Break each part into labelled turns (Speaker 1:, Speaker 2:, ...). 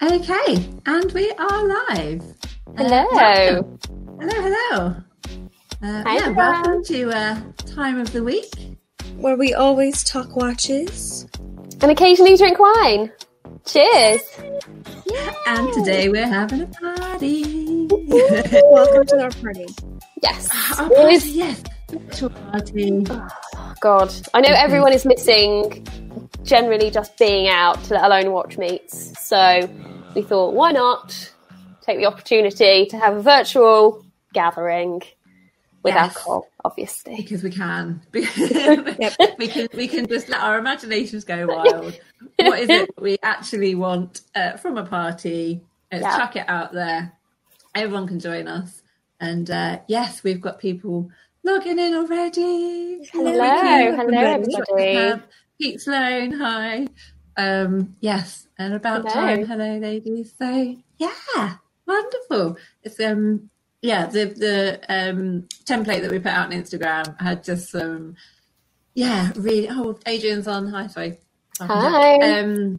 Speaker 1: Okay, and we are live. Uh,
Speaker 2: Hello.
Speaker 1: welcome. Hello, hello. Uh,
Speaker 2: Hi,
Speaker 1: yeah,
Speaker 2: everyone.
Speaker 1: welcome to uh, Time of the Week.
Speaker 3: where we always talk watches.
Speaker 2: And occasionally drink wine. Cheers.
Speaker 1: Yeah, and today we're having a party.
Speaker 3: Welcome to our party.
Speaker 2: Yes.
Speaker 1: Our
Speaker 2: Always-
Speaker 1: party, yes. virtual Party.
Speaker 2: oh, God. I know everyone is missing generally just being out, let alone watch meets. So we thought, why not take the opportunity to have a virtual gathering with
Speaker 1: Yes.
Speaker 2: alcohol, obviously.
Speaker 1: Because we can. we can we can just let our imaginations go wild. what is it we actually want uh, from a party? Let's
Speaker 2: Yeah.
Speaker 1: chuck it out there. Everyone can join us. And uh, yes, we've got people logging in already.
Speaker 2: Hello,
Speaker 1: Vicky.
Speaker 2: hello, everybody.
Speaker 1: Have Pete Sloan, hi. Um, yes, and about
Speaker 2: Hello.
Speaker 1: time. Hello, ladies. So yeah, wonderful. It's um yeah the the um template that we put out on instagram had just some yeah really oh adrian's on hi sorry
Speaker 2: Hi.
Speaker 1: um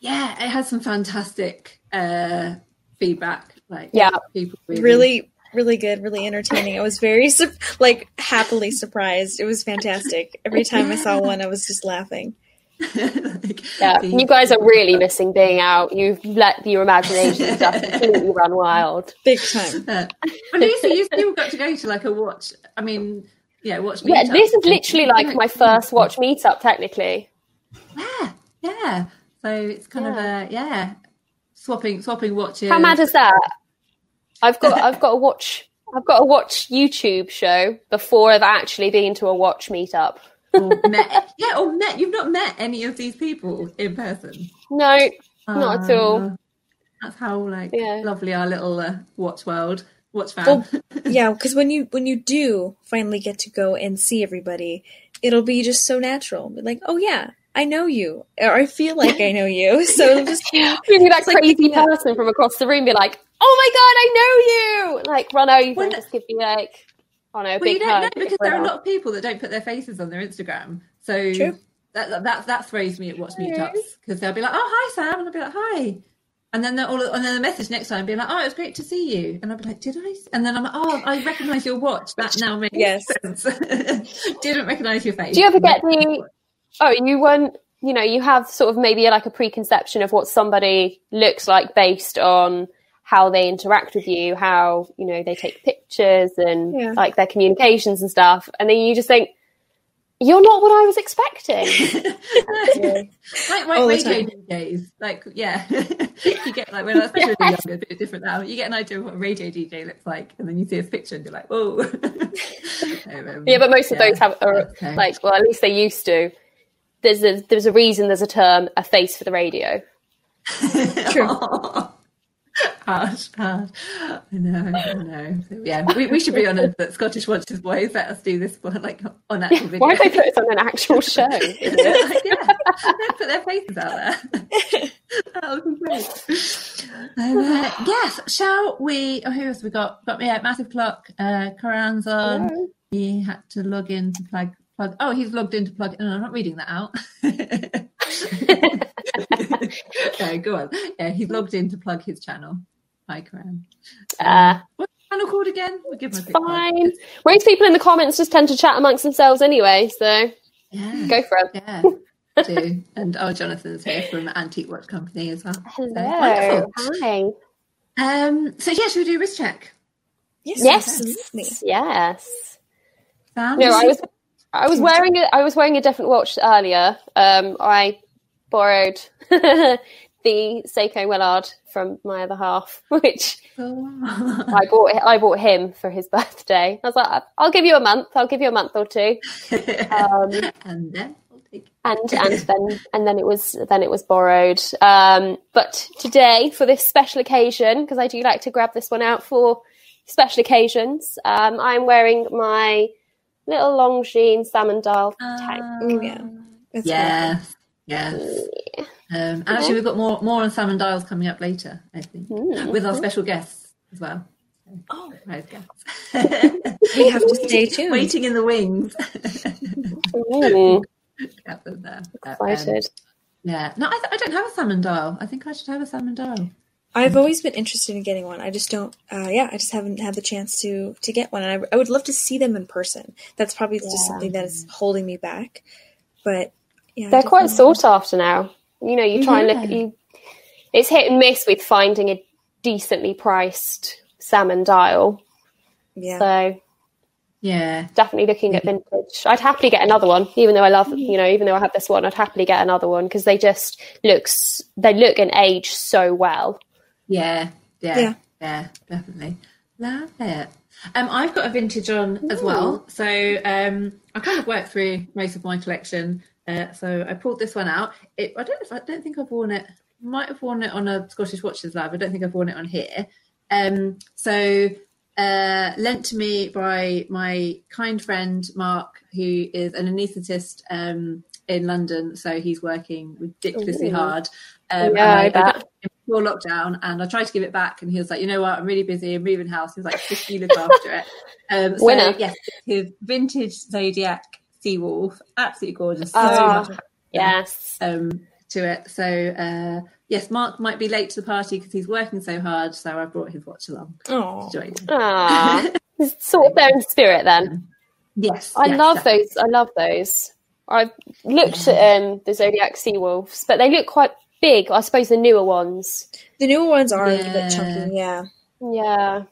Speaker 1: yeah it had some fantastic uh feedback like
Speaker 2: Yeah.
Speaker 1: people really,
Speaker 3: Really, really good, really entertaining. I was very sur- like happily surprised. It was fantastic. Every time I saw one, I was just laughing.
Speaker 1: like,
Speaker 2: Yeah,
Speaker 1: the-
Speaker 2: you guys are really missing being out. You've let your imagination just completely run wild.
Speaker 3: Big time.
Speaker 1: uh, but Lisa, you still got to go to like a watch i mean yeah watch
Speaker 2: Yeah,
Speaker 1: meetup.
Speaker 2: this is literally like my first watch meetup, technically.
Speaker 1: yeah yeah so it's kind of a yeah swapping swapping watches
Speaker 2: How mad is that? I've got I've got to watch I've got to watch YouTube show before I've actually been to a watch meetup.
Speaker 1: or met, yeah, or met. You've not met any of these people in person.
Speaker 2: No, Not at all.
Speaker 1: Ah, That's how like
Speaker 2: Yeah.
Speaker 1: lovely our little uh, watch world, watch fan.
Speaker 3: Well, yeah, because when you when you do finally get to go and see everybody, it'll be just so natural. Be Like, oh yeah, I know you, or I feel like I know you. So it'll just
Speaker 2: really that
Speaker 3: It's like
Speaker 2: crazy
Speaker 3: picking up-
Speaker 2: person from across the room be like, "Oh my god, I know you!" Like run over
Speaker 1: Well,
Speaker 2: and just give me like, "Oh no, a
Speaker 1: Well,
Speaker 2: big
Speaker 1: you don't know
Speaker 2: hug."
Speaker 1: because there are a lot of people that don't put their faces on their Instagram. So
Speaker 3: True.
Speaker 1: that that that, that throws me at watch meetups because they'll be like, "Oh, hi, Sam," and I'll be like, "Hi." And then they're all, and then the message next time being like, "Oh, it was great to see you," and I'll be like, "Did I?" s-" And then I'm like, "Oh, I recognise your watch. That now makes
Speaker 3: Yes.
Speaker 1: sense." Didn't recognise your face.
Speaker 2: Do you ever get the oh you weren't you know you have sort of maybe like a preconception of what somebody looks like based on how they interact with you, how you know they take pictures and
Speaker 3: Yeah.
Speaker 2: like their communications and stuff, and then you just think you're not what I was expecting.
Speaker 1: like like
Speaker 3: All the
Speaker 1: radio
Speaker 3: time.
Speaker 1: DJs, like yeah, you get like when I was especially when you're younger, a bit different now. You get an idea of what a radio DJ looks like, and then you see a picture and you're like, whoa. um,
Speaker 2: Yeah, but most of
Speaker 1: Yeah.
Speaker 2: those have are,
Speaker 1: Okay.
Speaker 2: like, well, at least they used to. There's a there's a reason there's a term a face for the radio.
Speaker 3: true.
Speaker 1: Harsh, harsh. I know, I know. So, yeah, we, we should be on a that Scottish Watches Boys. Let us do this one like on actual video.
Speaker 2: Why would they put us on an actual show? Isn't it?
Speaker 1: Like, yeah, let's put their faces out there. that would be great. And, uh, yes, shall we? Oh, who else we got? Got me yeah, Massive Clock, uh, Karan's on. He had to log in to plug. plug. Oh, he's logged in to plug. No, I'm not reading that out. okay, go on. Yeah, he's logged in to plug his channel. Hi, Karan.
Speaker 2: Uh,
Speaker 1: What's the channel called again? We'll give him a quick plug.
Speaker 2: fine. Most people in the comments just tend to chat amongst themselves anyway, so
Speaker 1: Yeah.
Speaker 2: go for it.
Speaker 1: Yeah, do. And oh, Jonathan's here from Antique Watch Company as well. So,
Speaker 2: Hello. Hi.
Speaker 1: Um, so yeah, should we do a wrist check?
Speaker 3: Yes,
Speaker 2: Yes.
Speaker 3: absolutely.
Speaker 2: Yes.
Speaker 1: Sam?
Speaker 2: No, I was I was wearing a I was wearing a different watch earlier. Um, I borrowed the Seiko Willard from my other half, which
Speaker 1: Oh.
Speaker 2: I bought I bought him for his birthday. I was like, I'll give you a month. I'll give you a month or two, um,
Speaker 1: and then we'll take
Speaker 2: and and then and then it was then it was borrowed. Um, but today for this special occasion, because I do like to grab this one out for special occasions, um, I'm wearing my little Longines salmon dial
Speaker 1: Ah.
Speaker 2: tag.
Speaker 3: Oh, yeah. That's
Speaker 1: Yes. Yes. Um, and actually, we've got more more on Sam and Dials coming up later, I think,
Speaker 2: Mm.
Speaker 1: with our special guests as well.
Speaker 3: Oh.
Speaker 1: Surprise guests.
Speaker 3: wonderful. We have to stay tuned.
Speaker 1: Waiting in the wings.
Speaker 2: Mm,
Speaker 1: Got them there. But, um,
Speaker 2: excited.
Speaker 1: Yeah. No, I, th- I don't have a salmon doll. I think I should have a salmon doll.
Speaker 3: I've always been interested in getting one. I just don't. Uh, yeah, I just haven't had the chance to to get one, and I, I would love to see them in person. That's probably just
Speaker 2: Yeah.
Speaker 3: something that is holding me back. But yeah, I
Speaker 2: They're quite
Speaker 3: definitely-
Speaker 2: sought after now. You know, you try and look.
Speaker 1: Yeah.
Speaker 2: You, it's hit and miss with finding a decently priced salmon dial.
Speaker 3: Yeah,
Speaker 2: So
Speaker 1: Yeah.
Speaker 2: definitely looking at
Speaker 1: Mm-hmm.
Speaker 2: vintage. I'd happily get another one, even though I love you know, even though I have this one, I'd happily get another one because they just looks they look and age so well.
Speaker 1: Yeah. Yeah.
Speaker 3: Yeah.
Speaker 1: Yeah. definitely. Love it. Um, I've got a vintage on as well. So um, I kind of worked through most of my collection. Uh, so I pulled this one out. It, I don't. know if- I don't think I've worn it. Might have worn it on a Scottish Watches Lab. I don't think I've worn it on here. Um, so uh, lent to me by my kind friend Mark, who is an anaesthetist um, in London. So he's working ridiculously
Speaker 2: Ooh.
Speaker 1: hard. Um, and
Speaker 2: Yeah, I
Speaker 1: I- I got
Speaker 2: bet.
Speaker 1: it before lockdown, and I tried to give it back, and he was like, "You know what? I'm really busy. I'm moving house." He was like, "Just you look after it." Um, so
Speaker 2: Winner.
Speaker 1: yes, his vintage Zodiac Seawolf, absolutely gorgeous. So
Speaker 2: Ah.
Speaker 1: much Yeah.
Speaker 2: Yes.
Speaker 1: um, to it. So uh, yes, Mark might be late to the party because he's working so hard. So I brought his watch along.
Speaker 3: Aw.
Speaker 1: Join. him.
Speaker 2: Ah, sort of there in spirit then.
Speaker 1: Yes,
Speaker 2: I
Speaker 1: yes,
Speaker 2: love
Speaker 1: definitely.
Speaker 2: those. I love those. I looked at
Speaker 1: Mm-hmm.
Speaker 2: um, the Zodiac sea wolves, but they look quite big. I suppose the newer ones.
Speaker 3: the newer ones are a little bit
Speaker 1: Yeah.
Speaker 3: chunky. Yeah,
Speaker 2: Yeah,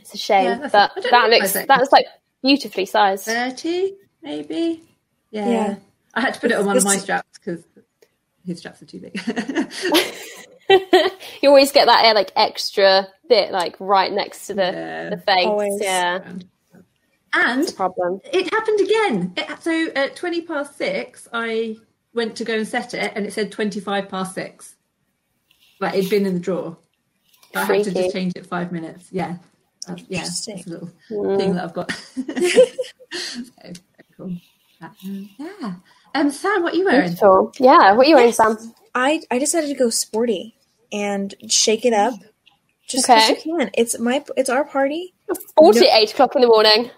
Speaker 2: it's a
Speaker 1: Yeah,
Speaker 2: shame.
Speaker 1: that's-
Speaker 2: that
Speaker 1: I don't
Speaker 2: that
Speaker 1: know if
Speaker 2: looks
Speaker 1: I think-
Speaker 2: that's like beautifully sized.
Speaker 1: Thirty, maybe. Yeah.
Speaker 3: Yeah.
Speaker 1: I had to put it on one of
Speaker 3: It's-
Speaker 1: my straps because his straps are too big.
Speaker 2: you always get that uh, like extra bit like right next to the
Speaker 1: Yeah.
Speaker 2: the face.
Speaker 3: Always.
Speaker 2: Yeah,
Speaker 1: and
Speaker 2: it's a problem.
Speaker 1: it happened again. It, so at 20 past six, I went to go and set it, and it said 25 past six. Like it'd been in the drawer. But I had to
Speaker 2: Freaky.
Speaker 1: just change it five minutes. Yeah. That's, yeah. That's
Speaker 3: Interesting.
Speaker 1: a little
Speaker 2: Mm.
Speaker 1: thing that I've got. so, very cool. Um, yeah. Um, Sam, what are you wearing?
Speaker 2: Beautiful. Yeah, what are you wearing,
Speaker 3: Yes.
Speaker 2: Sam?
Speaker 3: I I decided to go sporty and shake it up. Just 'cause
Speaker 2: Okay.
Speaker 3: you can. It's my it's our party.
Speaker 2: Forty
Speaker 3: No.
Speaker 2: at eight o'clock in the morning.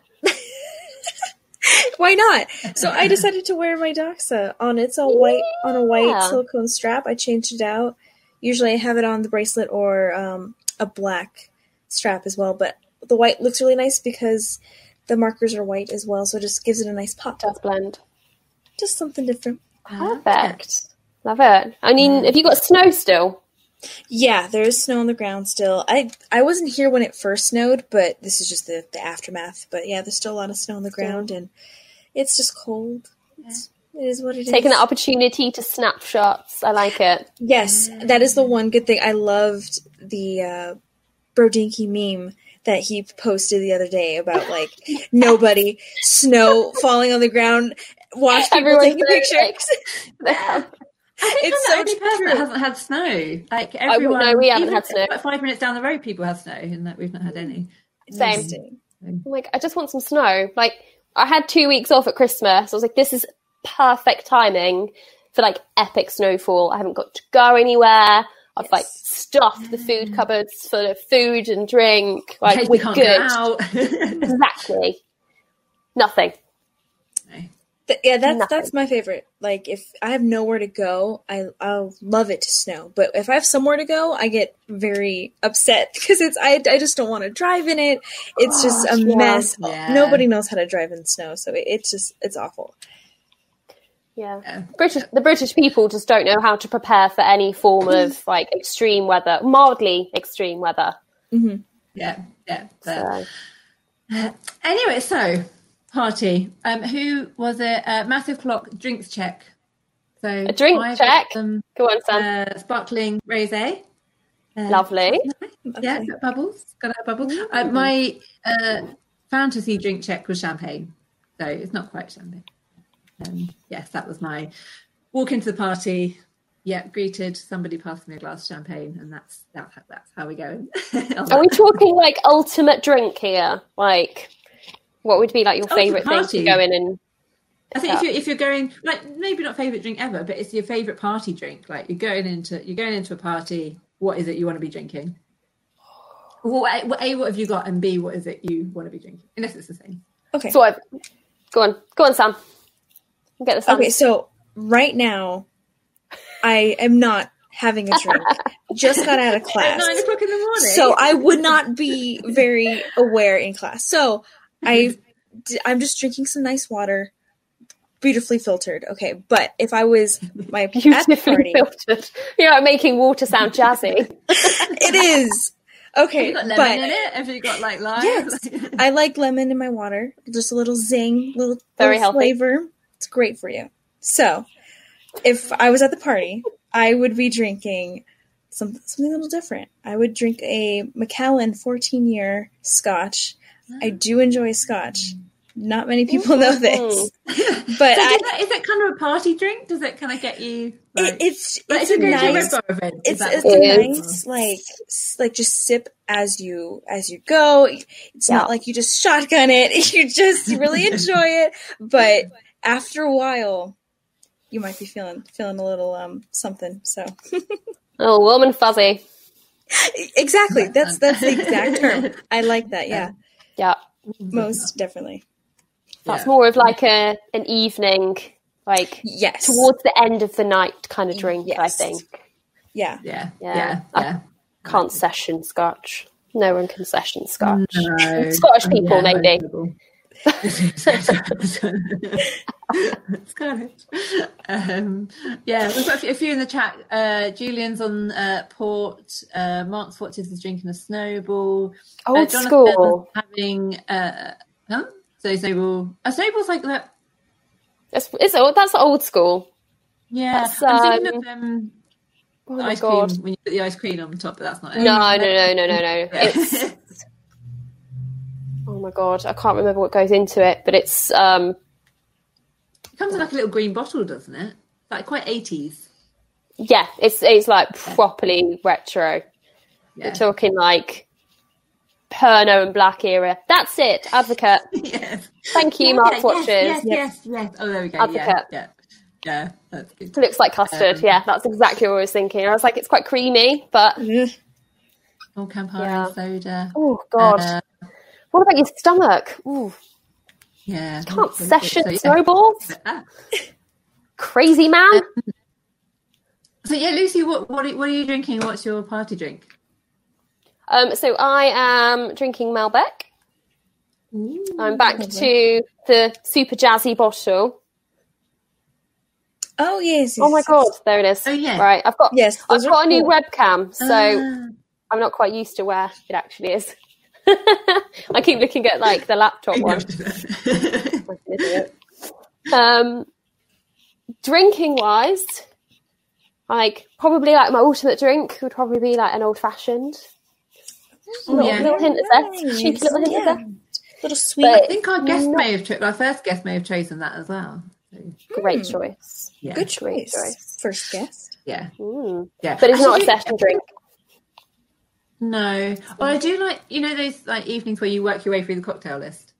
Speaker 3: Why not? So I decided to wear my Doxa on it's all white on a white
Speaker 2: Yeah.
Speaker 3: silicone strap. I changed it out. Usually I have it on the bracelet or um, a black strap as well, but the white looks really nice because the markers are white as well, so it just gives it a nice pop.
Speaker 2: Does blend.
Speaker 3: Just something different.
Speaker 1: Uh,
Speaker 2: Perfect. Love it. I mean, have you got snow still?
Speaker 3: Yeah, there is snow on the ground still. I I wasn't here when it first snowed, but this is just the, the aftermath. But yeah, there's still a lot of snow on the ground and it's just cold. It's, it is what it is.
Speaker 2: Taking that opportunity to snapshots. I like it.
Speaker 3: Yes, that is the one good thing. I loved the uh, Brodinky meme that he posted the other day about like nobody, snow falling on the ground, watch people
Speaker 2: Everyone's
Speaker 3: taking
Speaker 2: very,
Speaker 3: pictures.
Speaker 1: I think I'm the
Speaker 3: It's so
Speaker 1: only person
Speaker 3: true.
Speaker 1: that hasn't had snow. Like
Speaker 2: I wouldn't
Speaker 1: everyone,
Speaker 2: know, we haven't
Speaker 1: even
Speaker 2: had snow.
Speaker 1: About five minutes down the road, people have snow, and that we've not had any.
Speaker 2: Same.
Speaker 3: Interesting.
Speaker 2: I'm like, I just want some snow. Like, I had two weeks off at Christmas. I was like, this is perfect timing for like epic snowfall. I haven't got to go anywhere. I've
Speaker 3: Yes.
Speaker 2: like stuffed the food cupboards full of food and drink.
Speaker 1: In
Speaker 2: Like,
Speaker 1: case we
Speaker 2: we're
Speaker 1: can't
Speaker 2: good.
Speaker 1: get out.
Speaker 2: Exactly. Nothing.
Speaker 3: Th- yeah, that's
Speaker 2: Nothing.
Speaker 3: that's my favorite. Like if I have nowhere to go, I I'll love it to snow. But if I have somewhere to go, I get very upset because it's I I just don't want to drive in it. It's just a
Speaker 2: Gosh, yeah.
Speaker 3: mess.
Speaker 1: Yeah.
Speaker 3: Nobody knows how to drive in snow, so it, it's just it's awful.
Speaker 2: Yeah.
Speaker 1: Yeah.
Speaker 2: British the British people just don't know how to prepare for any form
Speaker 1: Mm.
Speaker 2: of like extreme weather, mildly extreme weather.
Speaker 3: hmm
Speaker 1: yeah, yeah. but-
Speaker 2: So
Speaker 1: Anyway, so party. Um, who was it? Uh, massive clock drinks check. So a
Speaker 2: drink check?
Speaker 1: Some,
Speaker 2: go on, Sam.
Speaker 1: uh, sparkling rosé. Uh,
Speaker 2: Lovely.
Speaker 1: Yeah, got bubbles. Got a bubble. Uh, my uh, fantasy drink check was champagne, so it's not quite champagne. Um, yes, that was my walk into the party. Yeah, greeted somebody passed me a glass of champagne, and that's that's how, that's how we're going.
Speaker 2: Are we talking like ultimate drink here? Like, what would be like your
Speaker 1: Ultimate
Speaker 2: favourite thing to
Speaker 1: party.
Speaker 2: go in and?
Speaker 1: I think
Speaker 2: Yeah.
Speaker 1: if you're if you're going like maybe not favorite drink ever, but it's your favorite party drink. Like you're going into you're going into a party. What is it you want to be drinking? Well, a what- A, what have you got, and B what is it you want to be drinking? Unless it's the same.
Speaker 3: Okay.
Speaker 2: So I've,
Speaker 1: um,
Speaker 2: go on, go on, Sam. Get the Sam.
Speaker 3: Okay, so right now, I am not having a drink. Just got out of
Speaker 1: At
Speaker 3: class.
Speaker 1: nine o'clock in the morning.
Speaker 3: So I would not be very aware in class. So
Speaker 1: Mm-hmm.
Speaker 3: I, I'm just drinking some nice water, beautifully filtered. Okay, but if I was my at the
Speaker 2: Beautifully
Speaker 3: party,
Speaker 2: filtered. You're like making water sound jazzy.
Speaker 3: it is
Speaker 1: have
Speaker 3: okay.
Speaker 1: you got lemon
Speaker 3: But
Speaker 1: in it? Have you got like lime?
Speaker 3: Yes. I like lemon in my water, just a little zing, little,
Speaker 2: Very
Speaker 3: little
Speaker 2: healthy.
Speaker 3: flavor. It's great for you. So if I was at the party, I would be drinking. Something, something a little different. I would drink a Macallan 14 year scotch I do enjoy scotch. Not many people know this, but
Speaker 1: So
Speaker 3: I,
Speaker 1: does that, is it kind of a party drink? Does it kind of get you? Like,
Speaker 3: it, it's
Speaker 1: like,
Speaker 3: it's
Speaker 1: if
Speaker 3: a
Speaker 1: you're going
Speaker 3: nice
Speaker 1: to a Red Bar event, is
Speaker 3: it's,
Speaker 1: that
Speaker 3: it's
Speaker 1: what
Speaker 2: It
Speaker 3: a
Speaker 1: it
Speaker 2: is.
Speaker 1: is?
Speaker 3: nice like s- like just sip as you as you go. It's
Speaker 2: Yeah.
Speaker 3: not like you just shotgun it. You just really enjoy it, but after a while, you might be feeling feeling a little um something. So
Speaker 2: Oh, warm and fuzzy. E,
Speaker 3: exactly, that's that's the exact term. I like that. Yeah,
Speaker 2: Yeah.
Speaker 3: most definitely.
Speaker 2: That's
Speaker 1: Yeah.
Speaker 2: more of like a an evening, like
Speaker 3: Yes.
Speaker 2: towards the end of the night kind of drink, I
Speaker 3: Yes.
Speaker 2: think.
Speaker 3: yeah.
Speaker 1: Yeah,
Speaker 2: Yeah.
Speaker 1: yeah,
Speaker 2: I-
Speaker 1: yeah.
Speaker 2: Can't session scotch. No one can session scotch.
Speaker 1: No.
Speaker 2: Scottish people,
Speaker 1: Yeah,
Speaker 2: maybe.
Speaker 1: Scottish. Um, yeah, we've got a few, a few in the chat. Uh, Julian's on uh, port. Uh, Mark's watches is drinking a snowball. Uh,
Speaker 2: Old
Speaker 1: Jonathan's
Speaker 2: school.
Speaker 1: having uh, huh? So snowball. A snowball's like that.
Speaker 2: It's, it's, old- that's old school.
Speaker 1: Yeah,
Speaker 2: That's,
Speaker 1: I'm thinking of um,
Speaker 2: Oh
Speaker 1: the
Speaker 2: my
Speaker 1: ice
Speaker 2: god. Um,
Speaker 1: cream when you put the ice cream on top, but that's not it.
Speaker 2: No, no, no, no, no, no. It's oh my god, I can't remember what goes into it, but it's um
Speaker 1: It comes in like a little green bottle, doesn't it? Like quite eighties.
Speaker 2: yeah, it's it's like properly retro.
Speaker 1: Yeah.
Speaker 2: We're talking like Perno and Black era. That's it, advocate.
Speaker 1: yes.
Speaker 2: Thank you,
Speaker 1: Yeah,
Speaker 2: Mark
Speaker 1: yes,
Speaker 2: Watches.
Speaker 1: Yes, yes, yes. Oh, there we go. Yeah,
Speaker 2: Advocate.
Speaker 1: yeah, yeah. That's good.
Speaker 2: Looks like custard.
Speaker 1: Um,
Speaker 2: yeah, that's exactly what I was thinking. I was like, it's quite creamy, but
Speaker 3: Ugh.
Speaker 1: All Campari
Speaker 2: Yeah.
Speaker 1: soda.
Speaker 2: oh god,
Speaker 1: Uh,
Speaker 2: what about your stomach? Ooh,
Speaker 1: yeah.
Speaker 2: can't
Speaker 1: So,
Speaker 2: session
Speaker 1: yeah.
Speaker 2: snowballs.
Speaker 1: Ah.
Speaker 2: Crazy man.
Speaker 1: So yeah, Lucy, what what are, what are you drinking? What's your party drink?
Speaker 2: Um, so I am drinking Malbec. I'm back to the super jazzy bottle.
Speaker 3: Oh yes. yes
Speaker 2: Oh my
Speaker 3: yes.
Speaker 2: god, there it is.
Speaker 1: Oh, yeah.
Speaker 2: Right, I've got
Speaker 3: Yes,
Speaker 2: I've
Speaker 3: those are
Speaker 2: got a new
Speaker 3: cool.
Speaker 2: webcam, so
Speaker 1: Ah.
Speaker 2: I'm not quite used to where it actually is. I keep looking at like the laptop one. Like an idiot. um, drinking wise, like probably like my ultimate drink would probably be like an old fashioned.
Speaker 1: Oh,
Speaker 2: little,
Speaker 1: yeah.
Speaker 2: little hint of
Speaker 3: Nice.
Speaker 2: zest, cheeky little hint
Speaker 3: Yeah.
Speaker 2: of zest.
Speaker 3: Little sweet.
Speaker 2: But-
Speaker 1: I think our guest may have cho- our first guest may have chosen that as well. So,
Speaker 2: Great
Speaker 3: Hmm.
Speaker 2: choice.
Speaker 1: yeah.
Speaker 3: Good
Speaker 2: Great
Speaker 3: choice.
Speaker 2: choice.
Speaker 3: First guest.
Speaker 1: Yeah.
Speaker 2: Mm.
Speaker 1: Yeah.
Speaker 2: But it's not a
Speaker 1: Actually,
Speaker 2: session drink.
Speaker 1: No. Well, I do like you know those like evenings where you work your way through the cocktail list.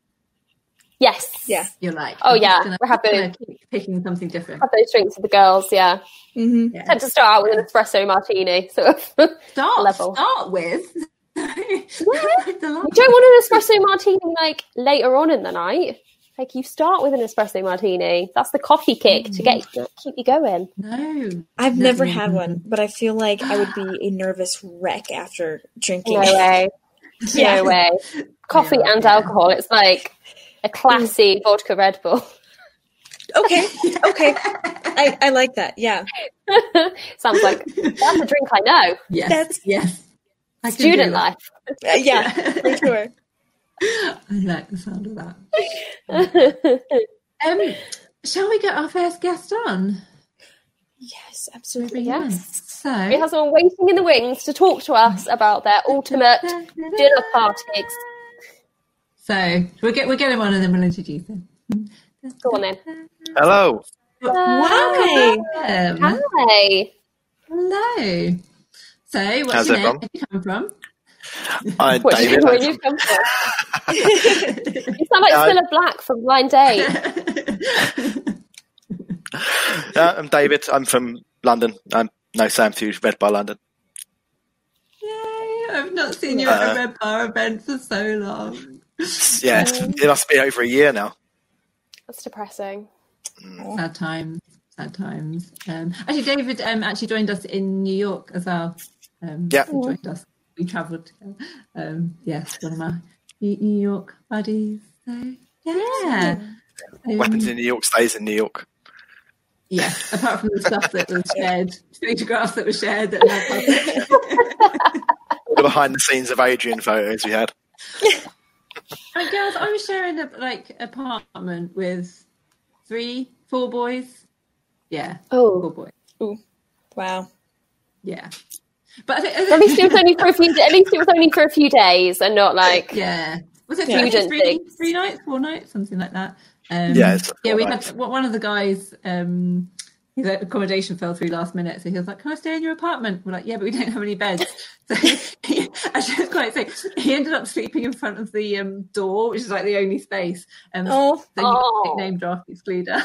Speaker 2: Yes.
Speaker 3: Yeah.
Speaker 1: You're like,
Speaker 2: Oh,
Speaker 1: I'm just
Speaker 2: yeah,
Speaker 1: gonna-
Speaker 2: we're happy.
Speaker 1: gonna keep picking something different.
Speaker 2: Have those drinks with the girls, yeah.
Speaker 3: Mm-hmm.
Speaker 1: Yeah.
Speaker 2: Tend to start out with an espresso martini, sort of. you
Speaker 1: Start
Speaker 2: level.
Speaker 1: start with. It's a lot.
Speaker 2: don't want an espresso martini like later on in the night. Like you start with an espresso martini. That's the coffee kick to get
Speaker 1: Mm.
Speaker 2: keep you going.
Speaker 1: No.
Speaker 3: I've
Speaker 1: No,
Speaker 3: never
Speaker 1: no,
Speaker 3: had
Speaker 1: no,
Speaker 3: one, but I feel like I would be a nervous wreck after drinking.
Speaker 2: No way.
Speaker 3: Yeah.
Speaker 2: No way. Coffee
Speaker 1: Yeah, Mm.
Speaker 2: and
Speaker 1: yeah.
Speaker 2: alcohol. It's like a classy vodka Red Bull.
Speaker 3: Okay. Okay. I, I like that. Yeah.
Speaker 2: Sounds like that's a drink I know.
Speaker 1: Yes.
Speaker 3: That's-
Speaker 1: yes. I can do
Speaker 2: Student
Speaker 1: that.
Speaker 2: life.
Speaker 3: Uh, yeah. For sure.
Speaker 1: I like the sound of that. Um, shall we get our first guest on?
Speaker 3: Yes, absolutely.
Speaker 1: Bring him in. So
Speaker 2: we have someone waiting in the wings to talk to us about their ultimate dinner party. ex-
Speaker 1: So we'll get we'll get him on and then we'll introduce him.
Speaker 2: Go on then.
Speaker 4: Hello.
Speaker 1: Welcome. Welcome.
Speaker 2: Hi.
Speaker 1: Um, Hello. So what's
Speaker 4: How's
Speaker 1: your name?
Speaker 4: everyone?
Speaker 1: Where you come from?
Speaker 4: Uh,
Speaker 2: What
Speaker 4: David.
Speaker 2: where you come from? you sound like
Speaker 4: Uh,
Speaker 2: Cilla Black from Blind Date.
Speaker 4: Uh, I'm David. I'm from London. I'm no Sam Hughes, Red Bar London.
Speaker 1: Yay! I've not seen you at a
Speaker 4: Uh,
Speaker 1: Red Bar event for so long.
Speaker 4: Yeah,
Speaker 1: Oh.
Speaker 4: it's- it must be over a year now.
Speaker 2: That's depressing.
Speaker 1: Sad times. at times. Um, actually, David um, actually joined us in New York as well. Um,
Speaker 4: Yeah.
Speaker 1: he joined us. We travelled together. Um, yes, one of my New New York buddies. So, yeah. Um,
Speaker 4: Weapons in New York stays in New York.
Speaker 1: yeah, apart from the stuff that was shared, photographs that were shared. That were
Speaker 4: The behind the scenes of Adrian photos we had.
Speaker 1: I mean, girls, I was sharing a like apartment with three, four boys. Yeah, four
Speaker 2: Oh,
Speaker 1: boys.
Speaker 3: Wow.
Speaker 1: Yeah, but I think,
Speaker 2: at least it was only for a few. At least it was only for a few days, and not like
Speaker 1: Yeah. Was it
Speaker 3: Yeah.
Speaker 1: three,
Speaker 2: Student
Speaker 1: three,
Speaker 2: things.
Speaker 1: three nights, four nights, something like that? Um,
Speaker 4: Yeah, it's
Speaker 1: yeah, we
Speaker 4: four
Speaker 1: had
Speaker 4: nights.
Speaker 1: one one of the guys, um, his accommodation fell through last minute, so he was like, Can I stay in your apartment? We're like, Yeah, but we don't have any beds. So he, actually, it's quite sick. He ended up sleeping in front of the um, door, which is like the only space. Um,
Speaker 3: Oh,
Speaker 1: so you
Speaker 2: Oh.
Speaker 1: can nickname draft excluder.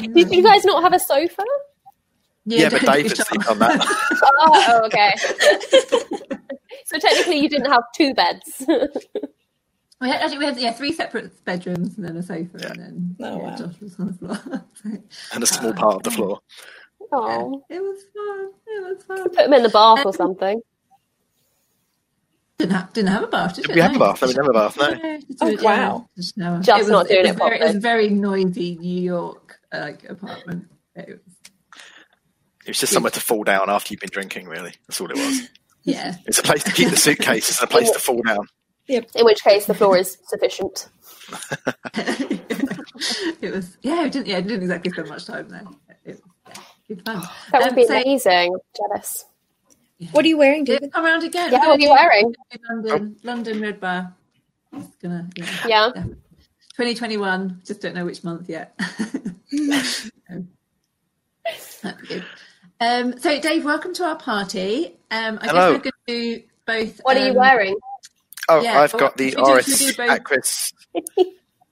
Speaker 2: Did you guys not have a sofa?
Speaker 4: Yeah,
Speaker 1: don't
Speaker 4: but
Speaker 1: be
Speaker 4: David
Speaker 1: shy.
Speaker 4: sleep on that.
Speaker 2: Oh, okay. so technically, you didn't have two beds.
Speaker 1: We had, actually, we had yeah three separate bedrooms and then a sofa
Speaker 4: Yeah.
Speaker 1: and then
Speaker 3: Oh,
Speaker 1: yeah,
Speaker 3: wow.
Speaker 1: Josh was on the floor. So,
Speaker 4: and a small part of the floor.
Speaker 2: oh,
Speaker 1: It was fun. It was
Speaker 2: put
Speaker 1: fun.
Speaker 2: them in the bath or something.
Speaker 1: Didn't have, didn't have a bath, did,
Speaker 4: Did
Speaker 1: it?
Speaker 4: we have a
Speaker 1: No.
Speaker 4: bath? No, we didn't have a bath, no.
Speaker 1: No, just
Speaker 3: Oh,
Speaker 1: do it,
Speaker 3: wow.
Speaker 1: yeah, Just, no.
Speaker 2: Just not doing
Speaker 1: was
Speaker 2: it
Speaker 1: very, It was
Speaker 2: properly.
Speaker 1: very noisy New York uh, like apartment. It was-
Speaker 4: It was just somewhere to fall down after you've been drinking, really. That's all it was.
Speaker 1: yeah.
Speaker 4: It's a place to keep the suitcases and a place to fall down.
Speaker 2: In which case, the floor is sufficient.
Speaker 1: it was yeah, we didn't yeah, didn't exactly spend much time there. It was yeah, good fun.
Speaker 2: That would
Speaker 1: Um,
Speaker 2: be
Speaker 1: so-
Speaker 2: amazing. Jealous.
Speaker 3: What are you wearing,
Speaker 1: Yeah,
Speaker 3: David?
Speaker 1: come round again. Oh,
Speaker 2: Yeah, what are you wearing?
Speaker 1: London, London Red Bar. It's gonna, yeah.
Speaker 2: Yeah.
Speaker 1: 2021. Just don't know which month yet. Um, that'd be good. Um, so, Dave, welcome to our party. Um, I
Speaker 4: Hello.
Speaker 1: guess we're going to do both.
Speaker 2: What are you
Speaker 1: um,
Speaker 2: wearing?
Speaker 4: Oh,
Speaker 1: Yeah,
Speaker 4: I've
Speaker 1: but
Speaker 4: got the
Speaker 1: should we do- should we
Speaker 4: RS
Speaker 1: do both?
Speaker 4: Aquis,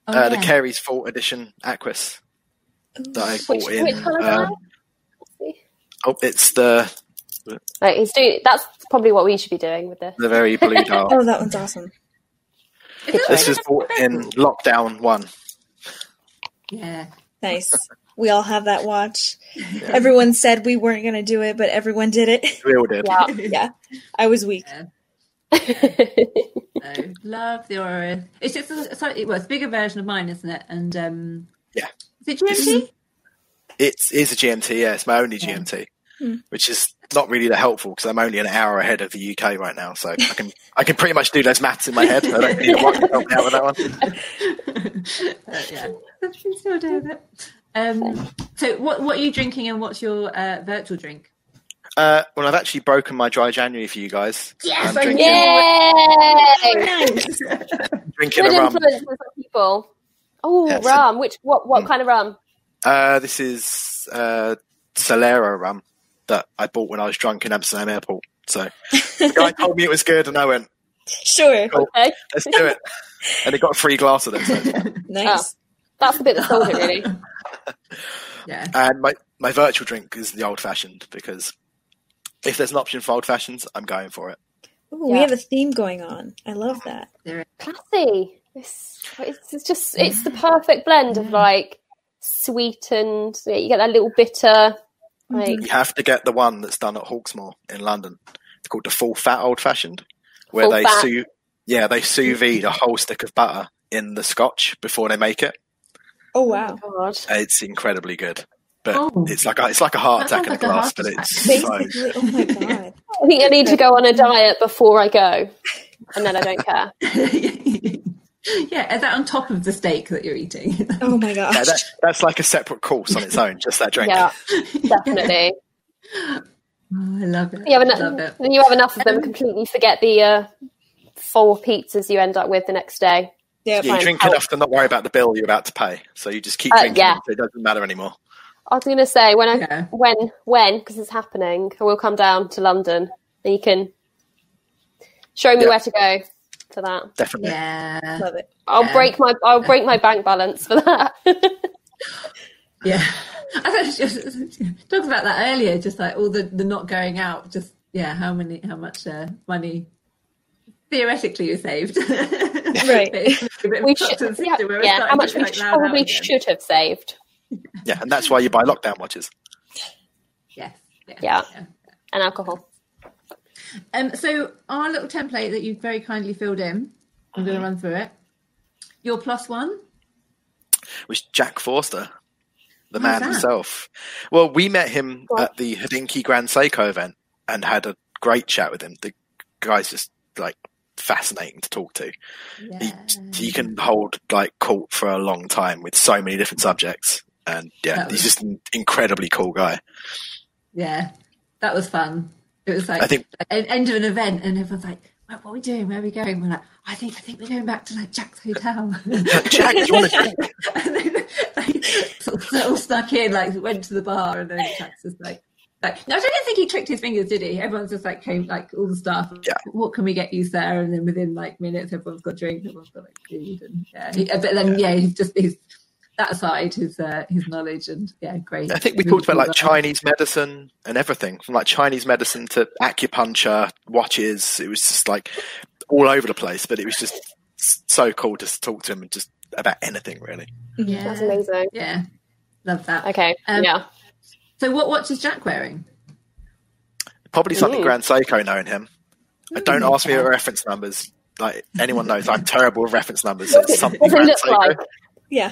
Speaker 1: Oh,
Speaker 4: uh, the
Speaker 1: yeah.
Speaker 4: Carey's Fault Edition Aquis that I
Speaker 2: Which,
Speaker 4: bought in.
Speaker 2: which colour?
Speaker 4: um,
Speaker 2: are they?
Speaker 4: oh, it's the
Speaker 2: Like he's doing. That's probably what we should be doing with this.
Speaker 4: the very blue dial.
Speaker 3: Oh, that one's awesome.
Speaker 1: Is that
Speaker 4: this
Speaker 1: right?
Speaker 4: was bought in lockdown one.
Speaker 1: Yeah.
Speaker 3: Nice. We all have that watch. Everyone said we weren't going to do it, but everyone did it.
Speaker 4: We all did.
Speaker 2: Yeah.
Speaker 3: yeah. I was weak.
Speaker 1: No, love the Aura. It's just a slightly, well, it's a bigger version of mine, isn't it? And um,
Speaker 4: Yeah.
Speaker 1: Is it GMT?
Speaker 4: It is a GMT, yeah. It's my only GMT, which is not really that helpful because I'm only an hour ahead of the UK right now. So I can I can pretty much do those maths in my head. I don't need anyone to help me out with that one.
Speaker 1: Uh, yeah. You can still do it. Um, so, what, what are you drinking and what's your uh, virtual drink?
Speaker 4: Uh, well, I've actually broken my dry January for you guys.
Speaker 1: Yes,
Speaker 4: I'm
Speaker 1: I
Speaker 2: Yay!
Speaker 4: drinking,
Speaker 3: Nice.
Speaker 4: drinking
Speaker 2: Good
Speaker 4: a rum.
Speaker 2: influences on people. Oh,
Speaker 4: Yeah, so-
Speaker 2: rum. Which what what kind of rum?
Speaker 4: Uh, this is uh, Solera rum that I bought when I was drunk in Amsterdam Airport. So the guy told me it was good, and I went,
Speaker 3: Sure.
Speaker 4: "Cool,
Speaker 2: Okay.
Speaker 4: let's do it." And it got a free glass of it. so-
Speaker 3: Nice.
Speaker 2: That's the bit that sold it, really.
Speaker 1: Yeah.
Speaker 4: And my, my virtual drink is the old fashioned because if there's an option for old fashions, I'm going for it.
Speaker 3: Ooh,
Speaker 2: Yeah.
Speaker 3: We have a theme going on. I love that.
Speaker 2: Classy. It's, it's, it's just it's the perfect blend of like sweet and yeah, you get that little bitter. Like
Speaker 4: You have to get the one that's done at Hawksmoor in London. It's called the full fat old fashioned, where
Speaker 2: Full
Speaker 4: they
Speaker 2: fat.
Speaker 4: sous yeah they sous vide a whole stick of butter in the scotch before they make it.
Speaker 3: Oh, wow.
Speaker 2: God.
Speaker 4: It's incredibly good, but
Speaker 1: Oh.
Speaker 4: it's like a, it's like a heart
Speaker 1: That
Speaker 4: attack in a
Speaker 1: sounds like a heart
Speaker 4: glass, but it's so
Speaker 3: Basically, oh my God.
Speaker 2: I think I need to go on a diet before I go, and then I don't care.
Speaker 1: yeah, is that on top of the steak that you're eating?
Speaker 3: Oh my gosh.
Speaker 4: yeah, that, that's like a separate course on its own. Just that drink.
Speaker 2: Yeah, definitely.
Speaker 1: Oh, I love it.
Speaker 2: You have,
Speaker 1: love it.
Speaker 2: enough, when you have enough of them, completely forget the uh, four pizzas you end up with the next day.
Speaker 3: Yep.
Speaker 4: Yeah, you
Speaker 2: Fine.
Speaker 4: drink enough to not worry about the bill you're about to pay, so you just keep
Speaker 2: Uh,
Speaker 4: drinking.
Speaker 2: yeah.
Speaker 4: So it doesn't matter anymore.
Speaker 2: I was going to say when I
Speaker 1: Yeah.
Speaker 2: when when because it's happening, I will come down to London and you can show me
Speaker 4: Yeah.
Speaker 2: where to go for that.
Speaker 4: Definitely.
Speaker 1: Yeah.
Speaker 3: Love it.
Speaker 2: I'll
Speaker 1: Yeah.
Speaker 2: break my I'll break my bank balance for that.
Speaker 1: Yeah. I was actually just talked about that earlier, just like all the, the not going out, just yeah, how many how much uh, money theoretically you saved.
Speaker 3: Right.
Speaker 1: But it's a bit of
Speaker 2: We
Speaker 1: a
Speaker 2: should,
Speaker 1: Stockton
Speaker 2: yeah,
Speaker 1: system where we're
Speaker 2: yeah, how
Speaker 1: starting
Speaker 2: much
Speaker 1: to
Speaker 2: we
Speaker 1: take that out
Speaker 2: probably
Speaker 1: again.
Speaker 2: should have saved.
Speaker 4: Yeah, and that's why you buy lockdown watches.
Speaker 1: Yes.
Speaker 2: Yeah. And alcohol.
Speaker 1: Um, so our little template that you've very kindly filled in, I'm
Speaker 2: Mm-hmm.
Speaker 1: going to run through it. Your plus one.
Speaker 4: was Jack Forster, the
Speaker 1: Who's
Speaker 4: man
Speaker 1: that?
Speaker 4: himself. Well, we met him
Speaker 2: What?
Speaker 4: at the Hodinkee Grand Seiko event and had a great chat with him. The guy's just like fascinating to talk to. He, he can hold like court for a long time with so many different subjects. And yeah,
Speaker 1: That
Speaker 4: he's
Speaker 1: was-
Speaker 4: just an incredibly cool guy.
Speaker 1: Yeah, that was fun. It was like
Speaker 4: I think-
Speaker 1: an end of an event, and everyone's like, "Well, "What are we doing? Where are we going?" We're like, "I think I think we're going back to like Jack's hotel."
Speaker 4: Jack, do you want to drink?
Speaker 1: and then they sort of all stuck in, like went to the bar, and then Jack's just like. Like, no, I don't think he tricked his fingers, did he? Everyone's just like came, like all the staff.
Speaker 4: Yeah.
Speaker 1: What can we get you, sir? And then within like minutes, everyone's got drinks, everyone's got like food, and yeah. He, but then yeah, he's just his that side, his uh, his knowledge, and yeah, great.
Speaker 4: I think we talked about like
Speaker 2: Mm-hmm.
Speaker 4: Chinese medicine and everything from like Chinese medicine to acupuncture, watches. It was just like all over the place, but it was just so cool just to talk to him and just about anything really.
Speaker 1: Yeah.
Speaker 2: That's amazing.
Speaker 1: Yeah, love that.
Speaker 2: Okay.
Speaker 1: Um,
Speaker 2: yeah.
Speaker 1: So, what watch is Jack wearing?
Speaker 4: Probably something
Speaker 2: Ooh.
Speaker 4: Grand Seiko knowing him. But don't ask me about reference numbers. Like anyone knows, I'm terrible with reference numbers. So it's something
Speaker 2: What does it
Speaker 4: Grand
Speaker 2: look like?
Speaker 4: Seiko.
Speaker 3: Yeah.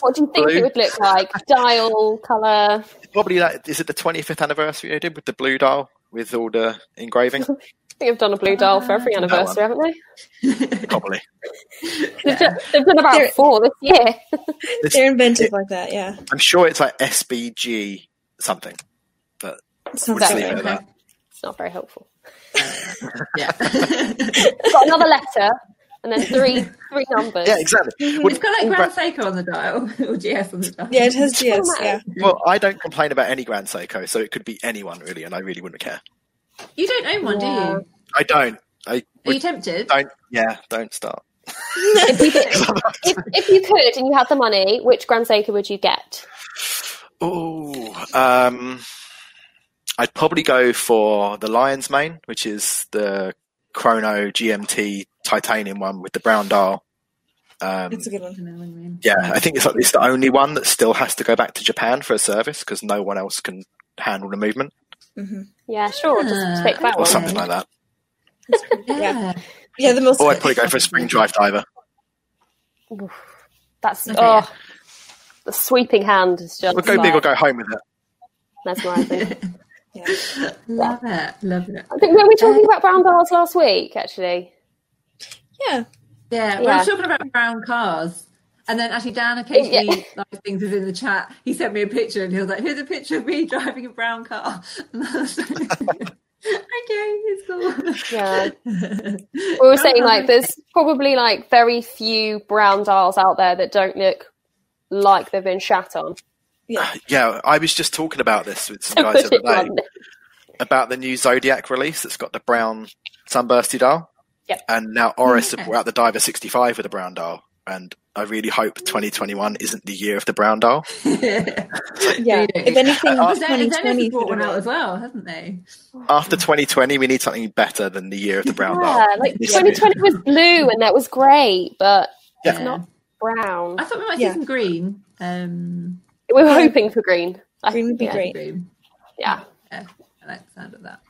Speaker 2: What do you think
Speaker 4: Blue.
Speaker 2: it would look like? Dial, colour.
Speaker 4: Probably like is it the 25th anniversary I did with the blue dial with all the engraving?
Speaker 2: I think I've done a blue dial for
Speaker 1: Uh,
Speaker 2: every anniversary, haven't they?
Speaker 4: Probably.
Speaker 2: They've, done, they've done about
Speaker 3: They're-
Speaker 2: four this year.
Speaker 3: They're inventive like that, yeah.
Speaker 4: I'm sure it's like SBG something.
Speaker 3: Sounds
Speaker 4: We'll just
Speaker 3: like
Speaker 4: leave it at that.
Speaker 2: It's not very helpful.
Speaker 1: Yeah, it's
Speaker 2: I've got another letter and then three three numbers.
Speaker 4: Yeah, exactly. Well,
Speaker 1: got like
Speaker 4: all
Speaker 1: Grand Seiko on the dial or GS on the dial.
Speaker 3: Yeah, it has GS, yeah.
Speaker 4: Well, I don't complain about any Grand Seiko, so it could be anyone really, and I really wouldn't care.
Speaker 1: you don't own one,
Speaker 2: Yeah.
Speaker 1: do
Speaker 4: I don't. I
Speaker 1: you? Are
Speaker 4: would,
Speaker 1: you tempted?
Speaker 4: don't. Yeah, don't start.
Speaker 2: If you, could, if, if you could and you had the money, which Grand Seiko would you get?
Speaker 4: Oh, um, I'd probably go for the Lion's Mane, which is the Chrono GMT titanium one with the brown dial. Um,
Speaker 3: That's a good one.
Speaker 1: You know what I mean?
Speaker 4: yeah, I think it's like it's the only one that still has to go back to Japan for a service because no one else can handle the movement
Speaker 3: hmm
Speaker 2: Yeah, sure. Just pick that
Speaker 4: or
Speaker 2: one.
Speaker 4: something like that.
Speaker 1: Yeah.
Speaker 3: Yeah, the most
Speaker 4: Or I'd probably go for a spring drive diver.
Speaker 2: That's
Speaker 1: Okay,
Speaker 2: oh,
Speaker 1: yeah.
Speaker 2: the sweeping hand is just
Speaker 4: Or go big or
Speaker 2: like,
Speaker 4: go home with it.
Speaker 2: mesmerising.
Speaker 3: Yeah.
Speaker 1: Love it. Love it.
Speaker 2: I think were we talking about brown bars last week? Actually,
Speaker 3: yeah.
Speaker 1: Yeah, we were
Speaker 2: Yeah.
Speaker 1: talking about brown cars. And then actually, Dan occasionally
Speaker 2: Yeah.
Speaker 1: like, things is in the chat. He sent me a picture and he was like, Here's a picture of me driving a brown car. And I was like, Okay, it's cool.
Speaker 2: yeah,
Speaker 1: we
Speaker 2: we were saying like there's probably like very few brown dials out there that don't look like they've been shat on.
Speaker 3: Yeah.
Speaker 4: Yeah, I was just talking about this with some
Speaker 2: To
Speaker 4: guys
Speaker 2: put
Speaker 4: the
Speaker 2: it
Speaker 4: other day.
Speaker 2: bluntly.
Speaker 4: about the new Zodiac release that's got the brown sunbursty dial.
Speaker 2: Yep.
Speaker 4: And now Oris
Speaker 1: Okay.
Speaker 4: have brought out the Diver 65 with a brown dial. And I really hope 2021 isn't the year of the brown dial.
Speaker 3: Yeah. If anything,
Speaker 4: Uh,
Speaker 1: Zenith
Speaker 3: 2020
Speaker 1: has brought one out
Speaker 3: could've-
Speaker 1: as well, hasn't they?
Speaker 4: After 2020, we need something better than the year of the brown
Speaker 2: Oh. Yeah,
Speaker 4: dial.
Speaker 2: like
Speaker 4: This
Speaker 2: 2020 was blue and that was great, but
Speaker 4: Yeah.
Speaker 2: not brown.
Speaker 1: I thought we might
Speaker 3: Yeah.
Speaker 1: see some green. Um,
Speaker 2: We were hoping for green. I-
Speaker 3: Green would be
Speaker 2: yeah,
Speaker 3: great.
Speaker 1: green.
Speaker 2: Yeah. Hmm.
Speaker 1: I like the sound of that.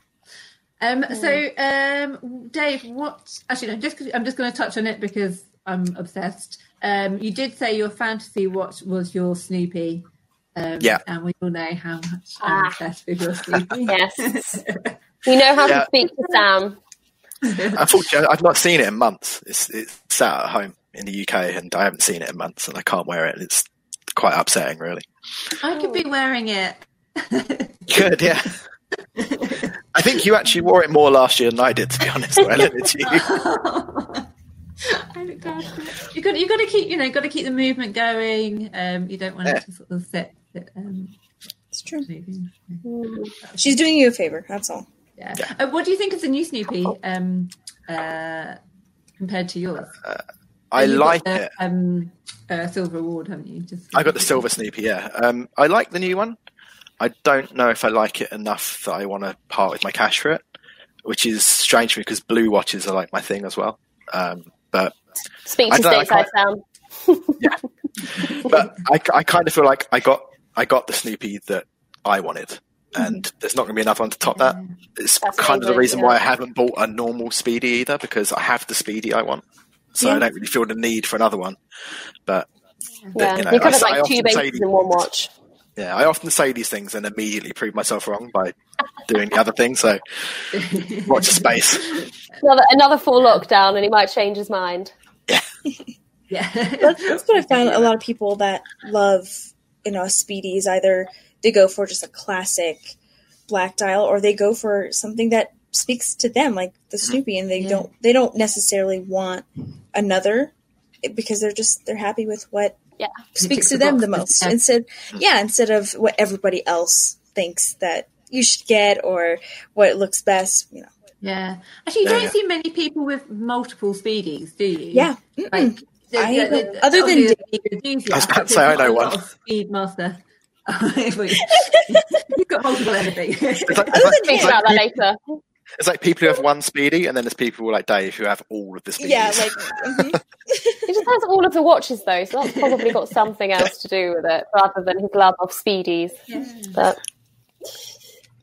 Speaker 1: Um, So, um, Dave, what? Actually, no, just 'cause- I'm just going to touch on it because I'm obsessed. Um, you did say your fantasy watch was your Snoopy. Um,
Speaker 4: Yeah.
Speaker 1: And we all know how much
Speaker 2: Ah.
Speaker 1: I'm obsessed with your Snoopy.
Speaker 2: Yes. We know how
Speaker 4: Yeah.
Speaker 2: to speak to Sam.
Speaker 4: year- Unfortunately, I've not seen it in months. It's, it's sat at home in the UK and I haven't seen it in months and I can't wear it. It's quite upsetting, really.
Speaker 1: I could be wearing it.
Speaker 4: Good, yeah. I think you actually wore it more last year than I did, to be honest. When I lent it to you.
Speaker 1: Oh, God. You got you got to keep you know got to keep the movement going. Um, you don't want
Speaker 4: Yeah.
Speaker 1: it to sort of sit. sit um,
Speaker 3: It's true.
Speaker 1: moving.
Speaker 3: She's doing you a favor. That's all.
Speaker 1: Yeah.
Speaker 4: Yeah.
Speaker 1: Uh, what do you think of the new Snoopy um, uh, compared to yours?
Speaker 4: I
Speaker 1: You've got
Speaker 4: like
Speaker 1: the,
Speaker 4: it.
Speaker 1: Um, uh, silver award, haven't you? Just
Speaker 4: I got the silver Snoopy. Yeah, um, I like the new one. I don't know if I like it enough that I want to part with my cash for it, which is strange for me because blue watches are like my thing as well. Um, But
Speaker 2: Speak
Speaker 4: I
Speaker 2: to
Speaker 4: don't know, I
Speaker 2: stateside I sound.
Speaker 4: but I, I kind of feel like I got I got the Snoopy that I wanted, and there's not going to be another one to top that. It's
Speaker 2: Mm-hmm. That's
Speaker 4: kind of the
Speaker 2: amazing,
Speaker 4: reason
Speaker 2: yeah.
Speaker 4: why I haven't bought a normal Speedy either because I have the Speedy I want, so I
Speaker 3: Yeah.
Speaker 4: don't really feel the need for another one. But
Speaker 2: Yeah,
Speaker 4: you
Speaker 2: you,
Speaker 4: know, I
Speaker 2: covered
Speaker 4: s- I
Speaker 2: like two
Speaker 4: often say
Speaker 2: bases
Speaker 4: these
Speaker 2: in one
Speaker 4: things.
Speaker 2: watch.
Speaker 4: yeah, I often say these things and immediately prove myself wrong by doing the other thing. So watch the space.
Speaker 2: Another, another full lockdown, and he might change his mind.
Speaker 1: yeah.
Speaker 3: That's, that's what I find a lot of people that love, you know, speedies either they go for just a classic black dial or they go for something that speaks to them, like the Snoopy, and they
Speaker 1: Yeah.
Speaker 3: don't they don't necessarily want another it- because they're just they're happy with what
Speaker 2: Yeah.
Speaker 1: Ticks
Speaker 3: speaks to
Speaker 1: the
Speaker 3: them the
Speaker 1: boxes,
Speaker 3: most.
Speaker 1: yeah.
Speaker 3: Instead yeah, instead of what everybody else thinks that you should get or what looks best, you know.
Speaker 1: Yeah. Actually, you
Speaker 4: Yeah,
Speaker 1: don't
Speaker 4: yeah.
Speaker 1: see many people with multiple speedies, do you?
Speaker 3: Yeah.
Speaker 1: Like, the-
Speaker 3: I-
Speaker 1: the- the-
Speaker 3: other than
Speaker 1: obviously,
Speaker 3: Dave-
Speaker 1: the enthusiast,
Speaker 4: I was about to
Speaker 1: there's
Speaker 4: say, I
Speaker 1: not
Speaker 4: know
Speaker 1: a lot
Speaker 4: one.
Speaker 1: of Speedmaster. You've got multiple everything.
Speaker 4: It's like, it's
Speaker 3: Other
Speaker 4: like-
Speaker 3: than
Speaker 2: Think
Speaker 4: it's
Speaker 3: him.
Speaker 4: like
Speaker 2: about that later.
Speaker 4: It's like people who have one speedy, and then there's people like Dave who have all of the speedies.
Speaker 3: Yeah, like mhm.
Speaker 2: He just has all of the watches though, so that's probably got something else to do with it, rather than his love of speedies. But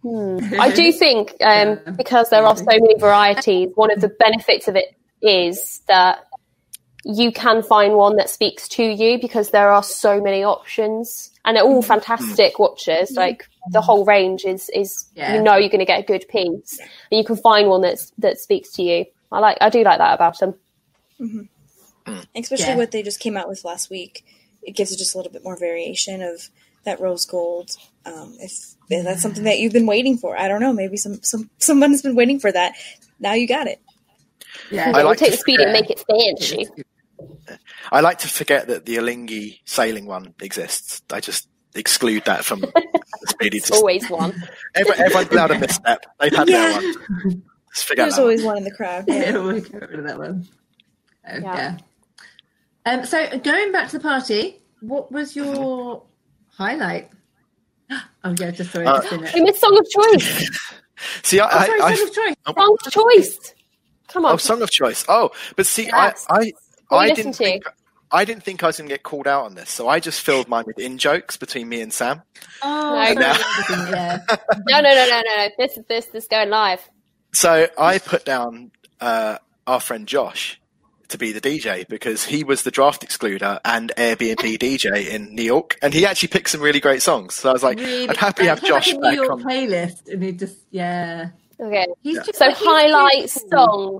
Speaker 2: hmm. I do think um,
Speaker 1: Yeah.
Speaker 2: because there are so many varieties, one of the benefits of it is that you can find one that speaks to you because there are so many options, and they're all
Speaker 4: Mm-hmm.
Speaker 2: fantastic watches. Like the whole range is is
Speaker 1: Yeah.
Speaker 2: you know you're going to get a good piece, and you can find one that's that speaks to you. I like I do like that about them.
Speaker 3: especially
Speaker 1: Yeah.
Speaker 3: what they just came out with last week. It gives it just a little bit more variation of that rose gold. Um, if, if that's something that you've been waiting for, I don't know. Maybe some, some someone has been waiting for that. Now you got it.
Speaker 1: yeah.
Speaker 4: I
Speaker 2: we'll
Speaker 4: like
Speaker 2: take
Speaker 4: to
Speaker 2: the speedy and
Speaker 1: think-
Speaker 2: make it fancy.
Speaker 4: I like to forget that the Alingi sailing one exists. I just exclude that from the speedy.
Speaker 2: It's
Speaker 4: Just,
Speaker 2: always one.
Speaker 4: everyone, everyone's allowed a misstep. They've had
Speaker 3: Yeah.
Speaker 4: their one. Just forget
Speaker 3: There's
Speaker 4: that. one.
Speaker 3: always one in the crowd.
Speaker 1: Yeah,
Speaker 3: Yeah.
Speaker 1: we'll get rid of that one. Oh,
Speaker 2: Yeah.
Speaker 1: yeah. Um, so going back to the party, what was your highlight? Oh yeah, just sorry,
Speaker 4: Uh,
Speaker 1: just in it.
Speaker 2: We missed song of choice.
Speaker 4: See, I,
Speaker 1: Oh, sorry,
Speaker 4: I,
Speaker 1: song
Speaker 4: I
Speaker 1: of choice.
Speaker 2: Song of choice. Come on.
Speaker 4: oh, song of choice. Oh, but see,
Speaker 2: Yes.
Speaker 4: I, I,
Speaker 2: What
Speaker 4: I
Speaker 2: we
Speaker 4: didn't
Speaker 2: listen
Speaker 4: think. I didn't think I was going to get called out on this, so I just filled mine with in jokes between me and Sam.
Speaker 1: Oh,
Speaker 4: No.
Speaker 1: sorry, yeah.
Speaker 2: no, no, no, no, no, no. This, this, this going live.
Speaker 4: So I put down uh, our friend Josh to be the DJ because he was the draft excluder and Airbnb DJ in New York, and he actually picked some really great songs. So I was like,
Speaker 1: Really-
Speaker 4: I'd happy to
Speaker 1: like,
Speaker 4: have
Speaker 1: kind of
Speaker 4: Josh
Speaker 1: like a
Speaker 4: back
Speaker 1: New York
Speaker 4: on.
Speaker 1: playlist, and he just yeah.
Speaker 2: Okay.
Speaker 1: He's just
Speaker 2: So
Speaker 1: like, he's
Speaker 2: highlight
Speaker 1: so cool.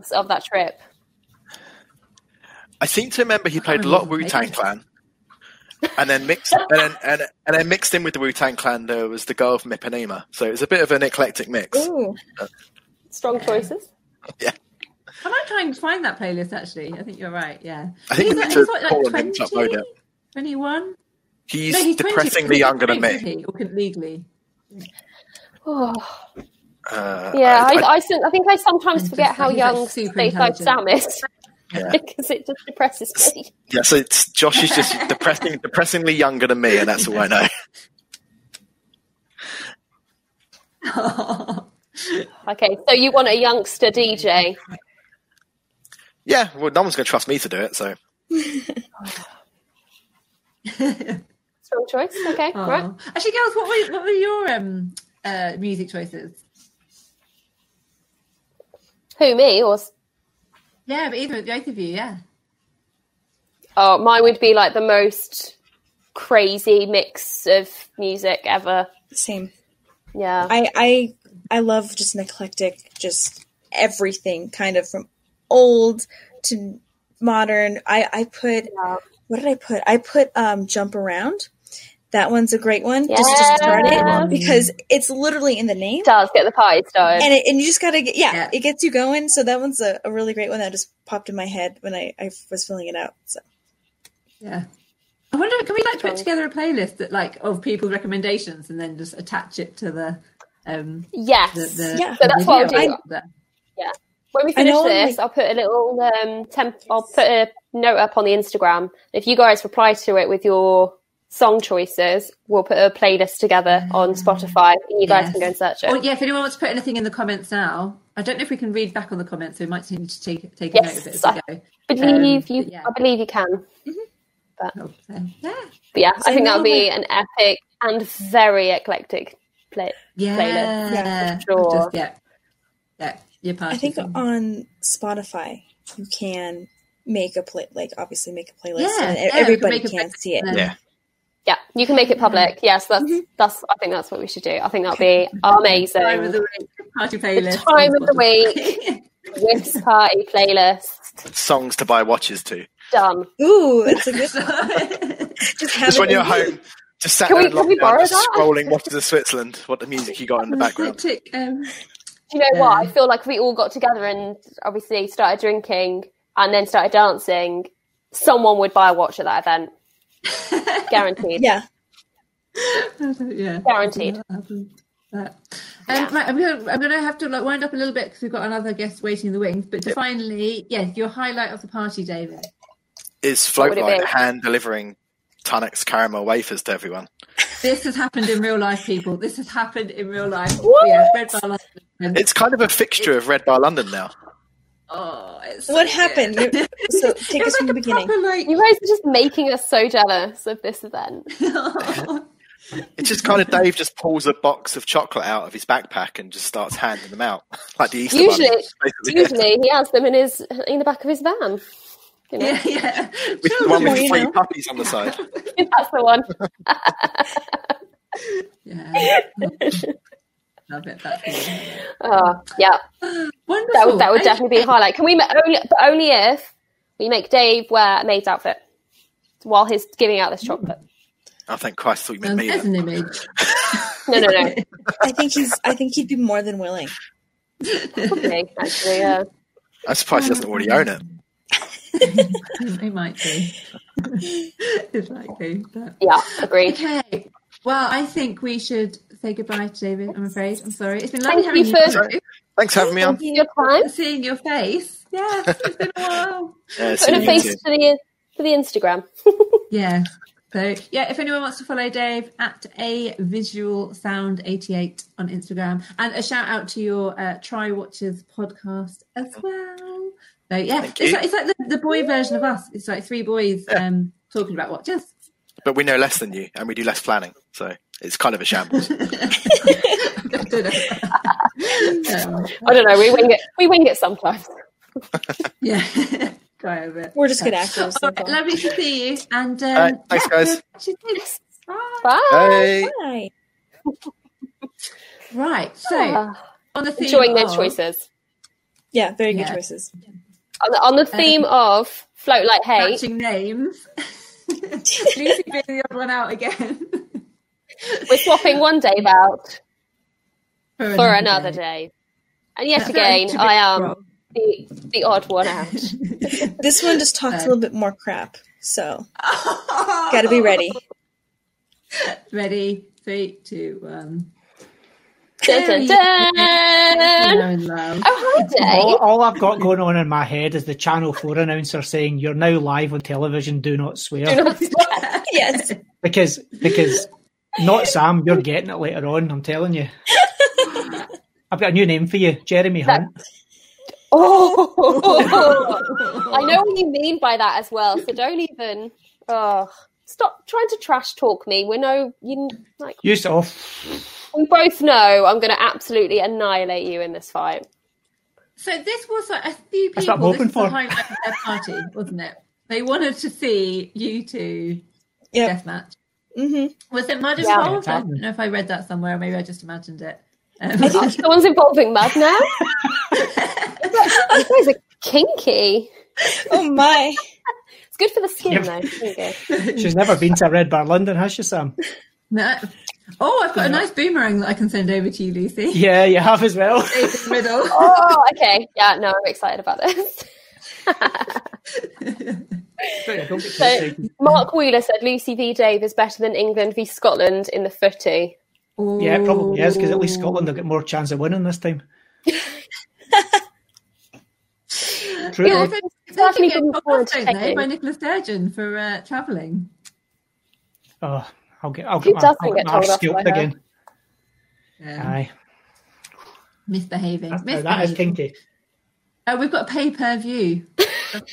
Speaker 2: songs of that trip.
Speaker 4: I seem to remember he played a
Speaker 1: Oh,
Speaker 4: lot of
Speaker 1: okay.
Speaker 4: Wu Tang Clan, and then mixed and then and, and then mixed in with the Wu Tang Clan there was the girl from Ipanema. So it was a bit of an eclectic mix.
Speaker 1: Oh,
Speaker 3: Ooh,
Speaker 2: Strong choices.
Speaker 1: I might try and find that playlist actually. I think you're right. Yeah,
Speaker 4: I think
Speaker 1: he's,
Speaker 4: we
Speaker 1: like-
Speaker 4: need to
Speaker 1: he's what,
Speaker 4: call
Speaker 1: like
Speaker 4: him to upload
Speaker 1: 20,
Speaker 4: it.
Speaker 1: 21?
Speaker 4: He's
Speaker 1: No, he's 20,
Speaker 4: depressingly younger than
Speaker 1: couldn't
Speaker 4: me.
Speaker 1: He, or couldn't legally.
Speaker 2: Oh,
Speaker 4: Uh,
Speaker 2: yeah,
Speaker 4: I-
Speaker 2: I, I, sen- I think I sometimes
Speaker 1: He's
Speaker 2: forget
Speaker 1: just-
Speaker 2: how
Speaker 1: he's,
Speaker 2: young
Speaker 1: like, super intelligent.
Speaker 2: Stateside Sam is
Speaker 4: Yeah.
Speaker 2: because it just depresses me.
Speaker 4: Yeah, so it's, Josh is just depressing, depressingly younger than me, and that's all I know.
Speaker 1: Oh.
Speaker 2: Okay, so you want a youngster DJ?
Speaker 4: Yeah, well, no one's going to trust me to do it, so
Speaker 2: Strong choice. Okay,
Speaker 1: Oh.
Speaker 2: right.
Speaker 1: Actually, girls, what were what were your um, uh, music choices?
Speaker 2: Who me or? s-
Speaker 1: Yeah, but either both of you, yeah.
Speaker 2: Oh, mine would be like the most crazy mix of music ever.
Speaker 3: same.
Speaker 2: Yeah.
Speaker 3: I, I I love just an eclectic, just everything kind of from old to modern. I I put
Speaker 2: Yeah.
Speaker 3: what did I put? I put um jump around. That one's a great one. Just to start
Speaker 2: Yes.
Speaker 1: Um,
Speaker 3: it because it's literally in the name.
Speaker 2: does get the pie started.
Speaker 3: and it, and you just gotta get yeah,
Speaker 1: Yeah.
Speaker 3: it gets you going so that one's a, a really great one that just popped in my head when i, I was filling it out so
Speaker 1: Yeah. I wonder, can we like put
Speaker 2: Cool.
Speaker 1: together a playlist that like of people's recommendations and then just attach it to the um
Speaker 2: yes.
Speaker 1: the, the
Speaker 3: Yeah.
Speaker 2: So that's what I'll
Speaker 1: video
Speaker 2: do. when we
Speaker 3: I
Speaker 2: finish
Speaker 3: know,
Speaker 2: this,
Speaker 3: like-
Speaker 2: I'll put a little um temp. I'll put a note up on the Instagram. If you guys reply to it with your song choices. We'll put a playlist together on Spotify, and you guys
Speaker 1: Yes.
Speaker 2: can go and search it.
Speaker 1: Oh, yeah, if anyone wants to put anything in the comments now, I don't know if we can read back on the comments, so we might need to take take a note of it as
Speaker 2: Yes,
Speaker 1: we go.
Speaker 2: I believe
Speaker 1: Um,
Speaker 2: you.
Speaker 1: yeah.
Speaker 2: I believe you can.
Speaker 1: Oh, so, yeah.
Speaker 2: But yeah, I
Speaker 3: So
Speaker 2: think that
Speaker 3: now
Speaker 2: would be an epic and very eclectic play.
Speaker 1: Yeah.
Speaker 2: Playlist.
Speaker 1: yeah.
Speaker 2: Sure.
Speaker 1: Just, yeah. Yeah. Your party.
Speaker 3: I think
Speaker 1: thing.
Speaker 3: on Spotify you can make a play, like obviously make a playlist,
Speaker 1: Yeah,
Speaker 3: and e,
Speaker 1: yeah, we can
Speaker 3: everybody
Speaker 1: make a
Speaker 3: can see it.
Speaker 1: playlist.
Speaker 4: Yeah.
Speaker 2: Yeah, you can make it public. Yes, that's that's. I think that's what we should do. I think that'll be amazing.
Speaker 1: Time of the week. Party playlist.
Speaker 2: time
Speaker 1: on
Speaker 2: of the
Speaker 1: Spotify.
Speaker 2: Whips party playlist
Speaker 4: Songs to buy watches to.
Speaker 2: done.
Speaker 3: Ooh, that's a good.
Speaker 1: So-
Speaker 3: Just have
Speaker 4: Just
Speaker 3: it
Speaker 4: when
Speaker 3: in
Speaker 4: you're at
Speaker 3: the-
Speaker 4: home, just sat
Speaker 2: Can
Speaker 4: there
Speaker 2: we-
Speaker 4: in
Speaker 2: can we
Speaker 4: lockdown,
Speaker 2: borrow
Speaker 4: just
Speaker 2: that?
Speaker 4: scrolling watches of Switzerland. What the music you got in the background?
Speaker 1: Eclectic, um,
Speaker 2: Do you know what? I
Speaker 1: Yeah.
Speaker 2: feel like we all got together and obviously started drinking and then started dancing. Someone would buy a watch at that event, guaranteed.
Speaker 3: Yeah,
Speaker 1: yeah.
Speaker 2: Guaranteed.
Speaker 1: That. Um,
Speaker 2: Yeah.
Speaker 1: right, I'm gonna I'm gonna have to like wind up a little bit because we've got another guest waiting in the wings. But to finally, yeah, your highlight of the party, David.
Speaker 4: Is
Speaker 2: would it
Speaker 4: Floatliner
Speaker 2: be?
Speaker 4: hand delivering Tunnocks caramel wafers to everyone?
Speaker 1: This has happened in real life, people. This has happened in real life.
Speaker 2: What?
Speaker 1: Yeah, Red Bar London.
Speaker 4: It's kind of a fixture of Red Bar London now.
Speaker 1: oh, it's so
Speaker 3: what
Speaker 1: good.
Speaker 3: happened? So take
Speaker 1: It
Speaker 3: us
Speaker 1: was
Speaker 3: from the
Speaker 1: like a
Speaker 3: beginning.
Speaker 1: proper, like-
Speaker 2: You guys are just making us so jealous of this event.
Speaker 4: It's just kind of Dave just pulls a box of chocolate out of his backpack and just starts handing them out like the Easter
Speaker 2: Usually-
Speaker 4: Bunny, basically.
Speaker 2: Usually, he has them in his in the back of his van. You know,
Speaker 1: yeah, yeah.
Speaker 4: With the one with
Speaker 3: Well,
Speaker 4: the
Speaker 3: you
Speaker 4: three
Speaker 3: know.
Speaker 4: puppies on the side.
Speaker 2: that's the one.
Speaker 1: yeah. Love it. That's good.
Speaker 2: Oh, yeah,
Speaker 1: Wonderful.
Speaker 2: that would that
Speaker 1: Thank
Speaker 2: would definitely be a highlight. Can we ma- only but only if we make Dave wear a maid's outfit while he's giving out this chocolate?
Speaker 4: Oh, thank Christ, I thought you meant
Speaker 1: Um,
Speaker 4: me.
Speaker 1: There's an image.
Speaker 2: No, no, no.
Speaker 3: I think he's. I think he'd be more than willing.
Speaker 2: Probably, actually, uh, yeah.
Speaker 4: I'm surprised he doesn't already own it.
Speaker 1: it might be. it's likely. But...
Speaker 2: yeah, agreed.
Speaker 1: Okay. Well, I think we should say goodbye to David. I'm afraid. I'm sorry. It's been lovely
Speaker 2: Thank
Speaker 1: having
Speaker 2: you
Speaker 1: you.
Speaker 2: for-
Speaker 1: Drew,
Speaker 4: Thanks for having me on.
Speaker 2: Your time.
Speaker 1: and Seeing your face. Yes, it's been a while.
Speaker 4: Yeah, see
Speaker 2: Put a
Speaker 4: you
Speaker 2: face
Speaker 4: too.
Speaker 2: to the for the Instagram.
Speaker 1: Yeah. So yeah, if anyone wants to follow Dave at a visual sound 88 on Instagram, and a shout out to your uh, Try Watches podcast as well. So yeah,
Speaker 4: Thank
Speaker 1: it's
Speaker 4: you.
Speaker 1: like, it's like the, the boy version of us. It's like three boys um, talking about watches.
Speaker 4: But we know less than you and we do less planning. So it's kind of a shambles.
Speaker 1: Um,
Speaker 2: I don't know. We wing it. We wing it sometimes.
Speaker 1: yeah, try a bit.
Speaker 3: We're just good actors.
Speaker 1: All
Speaker 3: so
Speaker 1: right,
Speaker 3: far.
Speaker 1: lovely to see you. And um,
Speaker 4: All right, thanks,
Speaker 1: yeah,
Speaker 4: guys.
Speaker 1: we'll catch you next. Bye.
Speaker 2: Bye.
Speaker 4: Hey.
Speaker 3: Hi.
Speaker 1: Right. So
Speaker 2: Ah,
Speaker 1: on the theme
Speaker 2: enjoying their
Speaker 1: of-
Speaker 2: choices.
Speaker 3: Yeah, very
Speaker 1: Yeah.
Speaker 3: good choices.
Speaker 2: On the, on the theme of float like hay.
Speaker 1: matching names. Lucy being the odd one out again.
Speaker 2: We're swapping one day out
Speaker 1: For
Speaker 2: for another day. And yet again, I am the, the odd one out.
Speaker 3: This one just talks
Speaker 1: Uh, Oh.
Speaker 3: a little bit more crap, so gotta be ready.
Speaker 1: Ready? Three, two, one.
Speaker 2: Dun, dun,
Speaker 1: You
Speaker 2: dun.
Speaker 1: know in love.
Speaker 2: Oh, hi,
Speaker 5: All,
Speaker 2: Dave.
Speaker 5: all I've got going on in my head is the Channel 4 announcer saying, You're now live on television, do not swear.
Speaker 3: Yes.
Speaker 5: Because, because not Sam, you're getting it later on, I'm telling you. I've got a new name for you, Jeremy Hunt.
Speaker 2: Oh, I know what you mean by that as well. So don't even. Oh, stop trying to trash talk me. We know you like.
Speaker 5: You oh, off.
Speaker 2: We both know I'm going to absolutely annihilate you in this fight.
Speaker 1: So this was like a few people.
Speaker 5: That's what I'm hoping
Speaker 1: this was
Speaker 5: for.
Speaker 1: the highlight of their party, wasn't it? They wanted to see you two
Speaker 3: Yep.
Speaker 1: deathmatch.
Speaker 3: hmm
Speaker 1: Was it mud
Speaker 2: Yeah.
Speaker 1: involved? I don't know if I read that somewhere. Maybe I just imagined it. Um,
Speaker 2: Someone's involving mud now. you guys are kinky.
Speaker 3: Oh my.
Speaker 2: It's good for the skin,
Speaker 5: Yep.
Speaker 2: though. Kinky.
Speaker 5: She's never been to Red Bar London, has she, Sam?
Speaker 1: no. Oh, I've got a nice boomerang that I can send over to you, Lucy.
Speaker 5: Yeah, you have as well.
Speaker 1: David Riddle.
Speaker 2: Oh, okay. Yeah, no, I'm excited about this.
Speaker 5: Don't get too
Speaker 2: So-
Speaker 5: excited.
Speaker 2: Mark Wheeler said Lucy v Dave is better than England v Scotland in the footy.
Speaker 5: yeah, it probably is, because at least Scotland will get more chance of winning this time. True.
Speaker 1: Yeah,
Speaker 5: or-
Speaker 1: they, they
Speaker 2: Definitely
Speaker 1: can get
Speaker 2: looking
Speaker 1: a
Speaker 2: forward
Speaker 1: podcast,
Speaker 2: to
Speaker 1: don't they,
Speaker 2: checking.
Speaker 1: by Nicola Sturgeon for uh, travelling.
Speaker 5: Oh, I'll get. I'll
Speaker 2: Who
Speaker 5: get my,
Speaker 2: doesn't
Speaker 5: I'll get
Speaker 2: get
Speaker 5: my
Speaker 2: told
Speaker 5: arse
Speaker 2: off
Speaker 5: scoped
Speaker 2: by her?
Speaker 5: again.
Speaker 1: Yeah.
Speaker 5: Aye,
Speaker 1: Um, misbehaving.
Speaker 5: That's-
Speaker 1: misbehaving.
Speaker 5: that is kinky.
Speaker 1: Oh, we've got a pay per view. um,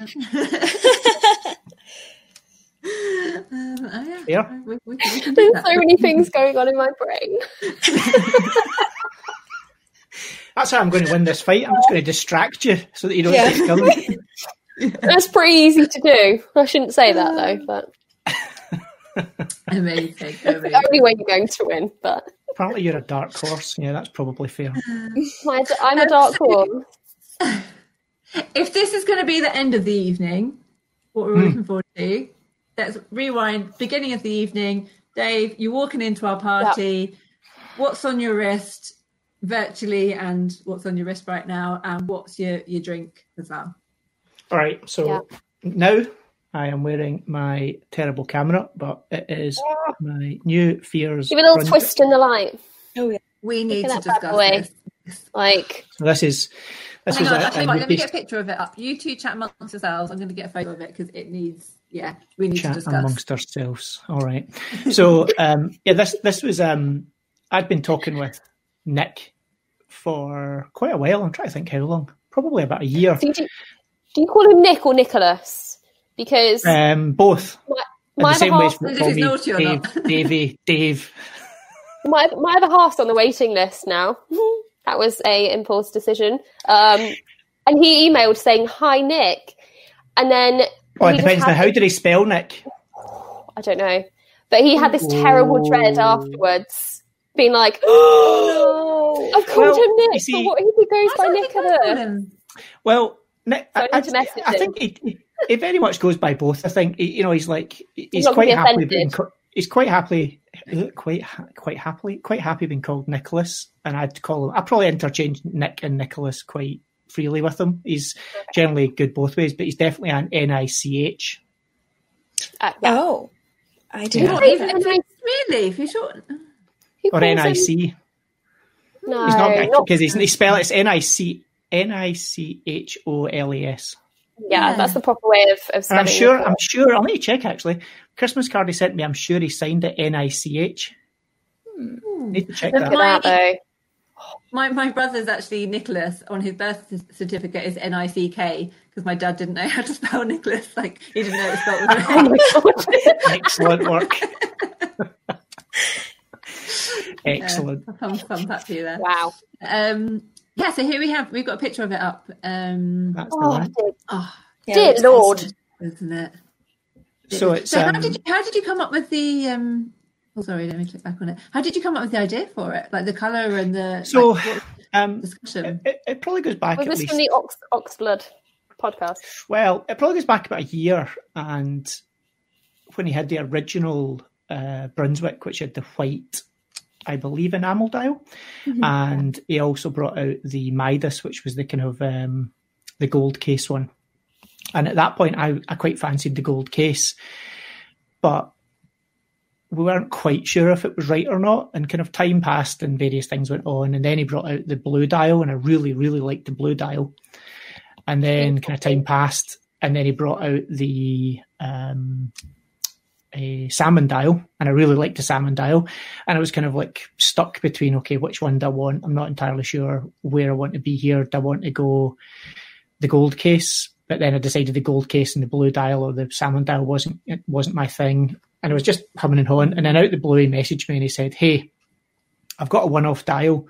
Speaker 1: oh, yeah.
Speaker 5: Yeah.
Speaker 1: We, we, can- we can do
Speaker 2: There's
Speaker 1: that.
Speaker 2: so many things going on in my brain.
Speaker 5: That's how I'm going to win this fight. I'm just going to distract you so that you don't
Speaker 3: Yeah.
Speaker 5: get covered.
Speaker 2: That's pretty easy to do. I shouldn't say that though, but
Speaker 1: Amazing.
Speaker 2: the
Speaker 1: amazing.
Speaker 2: only way you're going to win. But
Speaker 5: Apparently, you're a dark horse. Yeah, that's probably fair.
Speaker 2: my, I'm a dark horse.
Speaker 1: If this is going to be the end of the evening, what we're
Speaker 5: Hmm.
Speaker 1: looking forward to, let's rewind. Beginning of the evening, Dave, you're walking into our party. What's on your wrist virtually, and what's on your wrist right now, and what's your, your drink as well?
Speaker 5: All right, so now I am wearing my terrible camera, but it is my new fears.
Speaker 2: Give it a little
Speaker 5: Grunge-
Speaker 2: twist in the light.
Speaker 3: Oh,
Speaker 1: We need to
Speaker 2: at that bad
Speaker 1: discuss
Speaker 2: boy.
Speaker 1: this.
Speaker 2: Like
Speaker 5: So This is this
Speaker 1: Hang
Speaker 5: is
Speaker 1: on,
Speaker 5: a-
Speaker 1: I'll tell
Speaker 5: a
Speaker 1: you what, let me
Speaker 5: rookie
Speaker 1: get a picture of it up. You two chat amongst yourselves. I'm going to get a photo of it because it needs, yeah, we need to
Speaker 5: chat
Speaker 1: discuss.
Speaker 5: amongst ourselves. All right. So um, yeah, this this was um, I'd been talking with Nick for quite a while. I'm trying to think how long. Probably about a year.
Speaker 2: do you, do you call him Nick or Nicholas? Because
Speaker 5: Um, both in
Speaker 2: my
Speaker 5: the
Speaker 2: other
Speaker 5: same way
Speaker 2: half,
Speaker 5: people
Speaker 1: If
Speaker 5: call
Speaker 1: he's
Speaker 5: me
Speaker 1: naughty or
Speaker 5: Dave,
Speaker 1: not.
Speaker 5: Davey, Dave.
Speaker 2: my, my other half's on the waiting list now. that was a impulse decision. Um, and he emailed saying hi Nick, and then
Speaker 5: Oh, it
Speaker 2: he just
Speaker 5: depends. Now,
Speaker 2: had
Speaker 5: how did he spell Nick?
Speaker 2: I don't know. But he had this terrible dread
Speaker 5: Oh.
Speaker 2: afterwards, being like, "Oh, I've called
Speaker 5: Well,
Speaker 2: him
Speaker 5: you
Speaker 2: Nick,
Speaker 5: see-
Speaker 2: but what if he goes
Speaker 1: I
Speaker 2: by
Speaker 1: don't think I call
Speaker 2: Nicholas?"
Speaker 1: him.
Speaker 5: Well, Nick,
Speaker 2: So I
Speaker 5: I,
Speaker 2: need
Speaker 5: I,
Speaker 2: to message
Speaker 5: I
Speaker 2: him.
Speaker 5: think he, he- he very much goes by both. I think he- you know he's like he's
Speaker 2: not gonna
Speaker 5: quite
Speaker 2: be
Speaker 5: happily
Speaker 2: offended.
Speaker 5: being co- he's quite happily quite ha- quite happily quite happy being called Nicholas, and I'd call him. I probably interchange Nick and Nicholas quite freely with him. He's generally good both ways, but he's definitely an N I C H.
Speaker 2: Uh, yeah.
Speaker 3: Oh, I
Speaker 5: Yeah.
Speaker 3: didn't
Speaker 1: What,
Speaker 3: know
Speaker 1: even
Speaker 3: that.
Speaker 1: if it's- Really? If you short.
Speaker 2: Who
Speaker 5: or
Speaker 2: calls him-
Speaker 5: N I C.
Speaker 2: No,
Speaker 5: He's not
Speaker 2: not-
Speaker 5: because he's he spell it's N I C N I C H O L E S.
Speaker 2: yeah, that's the proper way of, of
Speaker 5: And
Speaker 2: spelling
Speaker 5: I'm sure,
Speaker 2: it.
Speaker 5: I'm sure, I'll need to check actually. Christmas card he sent me, I'm sure he signed it N I C H.
Speaker 1: Hmm.
Speaker 5: Need to check
Speaker 1: Look
Speaker 5: that.
Speaker 2: Look at that though.
Speaker 1: My, my brother's actually Nicholas on his birth c- certificate is N I C K because my dad didn't know how to spell Nicholas. Like, he didn't know it was spelled with
Speaker 2: Oh
Speaker 1: an
Speaker 2: my god.
Speaker 5: Excellent work. Excellent.
Speaker 1: A. Fun, fun fact for you there.
Speaker 2: wow.
Speaker 1: Um, yeah, so here we have, we've got a picture of it up. Um,
Speaker 5: That's the
Speaker 2: Oh,
Speaker 5: one.
Speaker 2: dear,
Speaker 1: oh,
Speaker 3: Yeah,
Speaker 2: dear
Speaker 3: that's
Speaker 2: lord.
Speaker 3: awesome.
Speaker 1: isn't it?
Speaker 5: So it's
Speaker 1: so how
Speaker 5: um,
Speaker 1: did you, how did you come up with the um oh sorry let me click back on it how did you come up with the idea for it like the color and the
Speaker 5: so
Speaker 1: like, what
Speaker 5: um, it,
Speaker 1: discussion
Speaker 5: it- it probably goes back
Speaker 2: Was
Speaker 5: at
Speaker 2: this
Speaker 5: least
Speaker 2: from the Ox Oxblood podcast?
Speaker 5: Well, it probably goes back about a year, and when he had the original uh, Brunswick, which had the white, I believe, enamel dial, and he also brought out the Midas, which was the kind of um, the gold case one. And at that point, I, I quite fancied the gold case, but we weren't quite sure if it was right or not. And kind of time passed, and various things went on. And then he brought out the blue dial, and I really, really liked the blue dial. And then kind of time passed, and then he brought out the um, a salmon dial, and I really liked the salmon dial. And I was kind of like stuck between okay, which one do I want? I'm not entirely sure where I want to be here. Do I want to go the gold case? But then I decided the gold case and the blue dial or the salmon dial wasn't it wasn't my thing. And I was just humming and hawing. And then out the blue, he messaged me and he said, "Hey, I've got a one-off dial."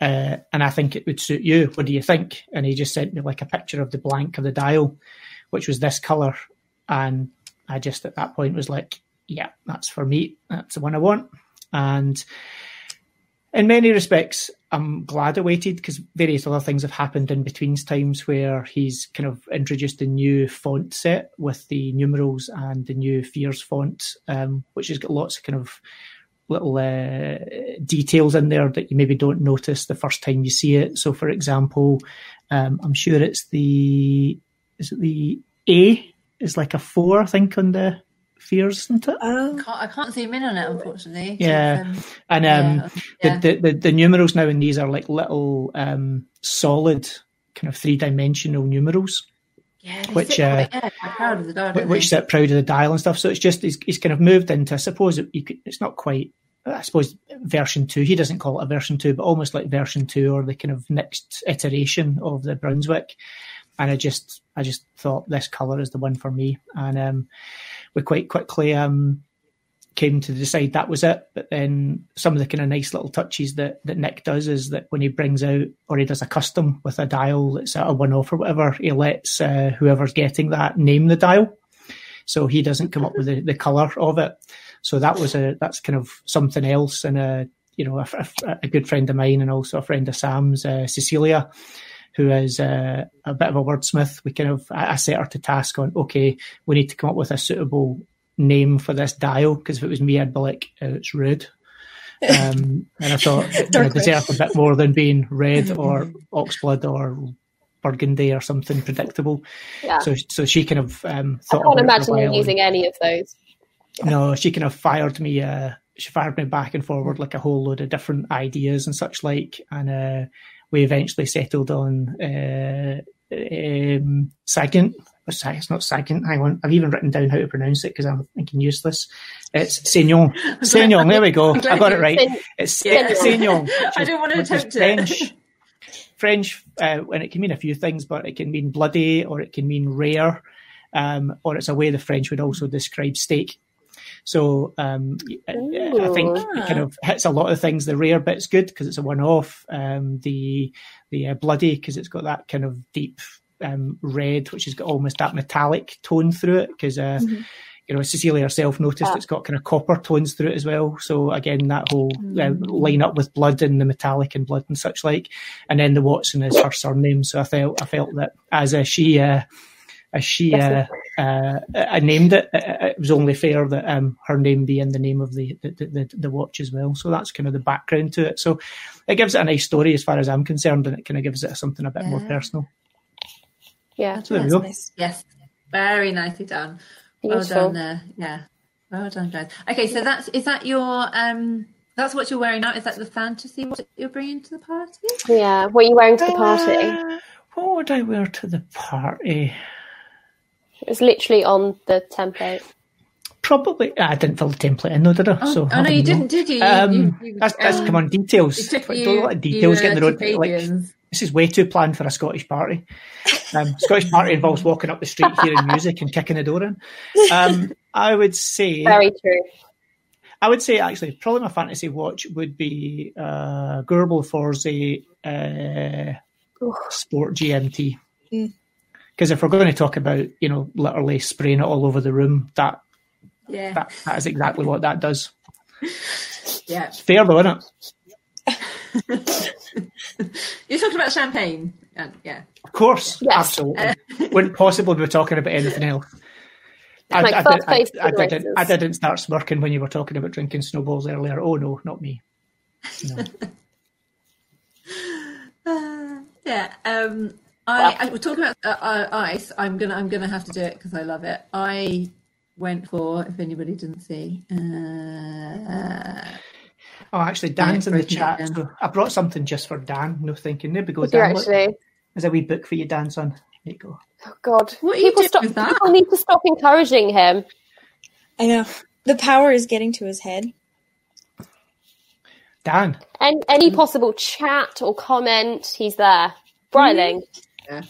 Speaker 5: uh, and I think it would suit you. What do you think? And he just sent me like a picture of the blank of the dial, which was this color. And I just at that point was like, yeah, that's for me. That's the one I want. And in many respects, I'm glad I waited because various other things have happened in between times where he's kind of introduced a new font set with the numerals and the new Fears font, um, which has got lots of kind of little uh, details in there that you maybe don't notice the first time you see it. So, for example, um, I'm sure it's the is it the A is like a four, I think, on the fears, isn't it?
Speaker 3: Oh,
Speaker 1: can't, i can't zoom in on it unfortunately
Speaker 5: Yeah.
Speaker 1: Um,
Speaker 5: And um,
Speaker 1: yeah, yeah.
Speaker 5: the, the, the the numerals now in these are like little um, solid kind of three dimensional numerals.
Speaker 1: Yeah, they
Speaker 5: Which,
Speaker 1: sit
Speaker 5: uh,
Speaker 1: quite- yeah, quite proud of the dog.
Speaker 5: wh-
Speaker 1: aren't
Speaker 5: which
Speaker 1: they?
Speaker 5: set proud of the dial and stuff. So it's just he's, he's kind of moved into. I suppose it, you could, it's not quite. I suppose version two. He doesn't call it a version two, but almost like version two or the kind of next iteration of the Brunswick. And I just, I just thought this color is the one for me. And um, we quite quickly um, came to decide that was it. But then some of the kind of nice little touches that, that Nick does is that when he brings out or he does a custom with a dial that's a one off or whatever, he lets uh, whoever's getting that name the dial. So he doesn't come up with the, the colour of it. So that was a that's kind of something else. And a you know a, a- a good friend of mine and also a friend of Sam's, uh, Cecilia, who is uh, a bit of a wordsmith. We kind of I, I set her to task on okay, we need to come up with a suitable name for this dial because if it was me, I'd be like, oh, it's red. Um, and I thought it
Speaker 3: Dark red.
Speaker 5: deserved a bit more than being red or oxblood or burgundy or something predictable.
Speaker 2: Yeah.
Speaker 5: So, so she kind of um,
Speaker 2: I
Speaker 5: thought.
Speaker 2: can't
Speaker 5: about it
Speaker 2: imagine
Speaker 5: for a
Speaker 2: you
Speaker 5: while and-
Speaker 2: using any of those.
Speaker 5: no, she kind of fired me. Uh, she fired me back and forward like a whole load of different ideas and such like, and uh, we eventually settled on uh, um, Sagint. Oh, sorry, it's not Sagint. Hang on, I've even written down how to pronounce it because I'm thinking useless. It's Seignon. Seignon. There we go. I got it right.
Speaker 2: Sen-
Speaker 5: It's
Speaker 2: Seignon.
Speaker 5: Seignon.
Speaker 1: I don't want to
Speaker 5: which is
Speaker 1: attempt it.
Speaker 5: French. French, uh, and it can mean a few things, but it can mean bloody, or it can mean rare, um, or it's a way the French would also describe steak. So um, I I think it kind of hits a lot of things. The rare bit's good because it's a one-off. Um, the the uh, bloody because it's got that kind of deep um, red, which has got almost that metallic tone through it. Because uh, you know Cecilia herself noticed it's got kind of copper tones through it as well. So again, that whole uh, line up with blood and the metallic and blood and such like. And then the Watson is her surname, so I felt I felt that as uh, she. Uh, as she uh, uh, I named it, it, it was only fair that um, her name be in the name of the the, the the watch as well. So that's kind of the background to it. So it gives it a nice story as far as I'm concerned, and it kind of gives it something a bit more
Speaker 1: Yeah.
Speaker 5: personal.
Speaker 2: Yeah,
Speaker 5: So there we
Speaker 1: That's
Speaker 5: go.
Speaker 3: Nice.
Speaker 1: Yes, very nicely done.
Speaker 2: beautiful.
Speaker 1: Well done there. Yeah. Well done, guys. Okay, so that's is that your um that's what you're wearing now? Is that the fantasy what you're bringing to the party?
Speaker 2: Yeah, what are you wearing to the party?
Speaker 5: Uh, what would I wear to the party?
Speaker 2: It was literally on the template.
Speaker 5: Probably Ah, I didn't fill the template in though, did I?
Speaker 1: Oh,
Speaker 5: so
Speaker 1: oh
Speaker 5: I
Speaker 1: no, you
Speaker 5: know.
Speaker 1: didn't, did you? You-
Speaker 5: Um,
Speaker 1: you- you-
Speaker 5: that's that's
Speaker 1: um,
Speaker 5: come on
Speaker 1: you
Speaker 5: details.
Speaker 1: took
Speaker 5: Don't
Speaker 1: you-
Speaker 5: let details
Speaker 1: you,
Speaker 5: get in the
Speaker 1: uh,
Speaker 5: road.
Speaker 1: took
Speaker 5: Like
Speaker 1: Adrian's.
Speaker 5: This is way too planned for a Scottish party. Um, Scottish party involves walking up the street, hearing music, and kicking the door in. Um, I would say,
Speaker 2: Very true.
Speaker 5: I would say actually, probably my fantasy watch would be uh, Gerbil Forze uh, Sport GMT.
Speaker 3: Mm.
Speaker 5: Because if we're going to talk about, you know, literally spraying it all over the room, that
Speaker 1: yeah,
Speaker 5: that, that is exactly what that does.
Speaker 1: yeah.
Speaker 5: Fair though, isn't it?
Speaker 1: You're talking about champagne. And yeah.
Speaker 5: Of course,
Speaker 2: Yes.
Speaker 5: absolutely. Wouldn't possibly be talking about anything else. I,
Speaker 2: Like
Speaker 5: I,
Speaker 2: fast
Speaker 5: I,
Speaker 2: paced
Speaker 5: I, didn't,
Speaker 2: races.
Speaker 5: I didn't start smirking when you were talking about drinking snowballs earlier. Oh no, not me. No.
Speaker 1: Uh, yeah. Um, I, I we're talking about uh, uh, ice. I'm gonna I'm gonna have to do it because I love it. I went for if anybody didn't see. Uh,
Speaker 5: Oh, actually, Dan's in the
Speaker 1: breaking it
Speaker 5: chat.
Speaker 1: down.
Speaker 5: So I brought something just for Dan. No thinking. There we go,
Speaker 2: Did you
Speaker 5: Dan. Look,
Speaker 2: actually?
Speaker 5: There's a wee book for you, Dan, son. There you go.
Speaker 2: Oh God,
Speaker 1: What are you
Speaker 2: people
Speaker 1: doing
Speaker 2: stop.
Speaker 1: with that?
Speaker 2: People need to stop encouraging him.
Speaker 3: I know. The power is getting to his head.
Speaker 5: Dan,
Speaker 2: And any possible chat or comment, he's there. Brightling.
Speaker 5: he's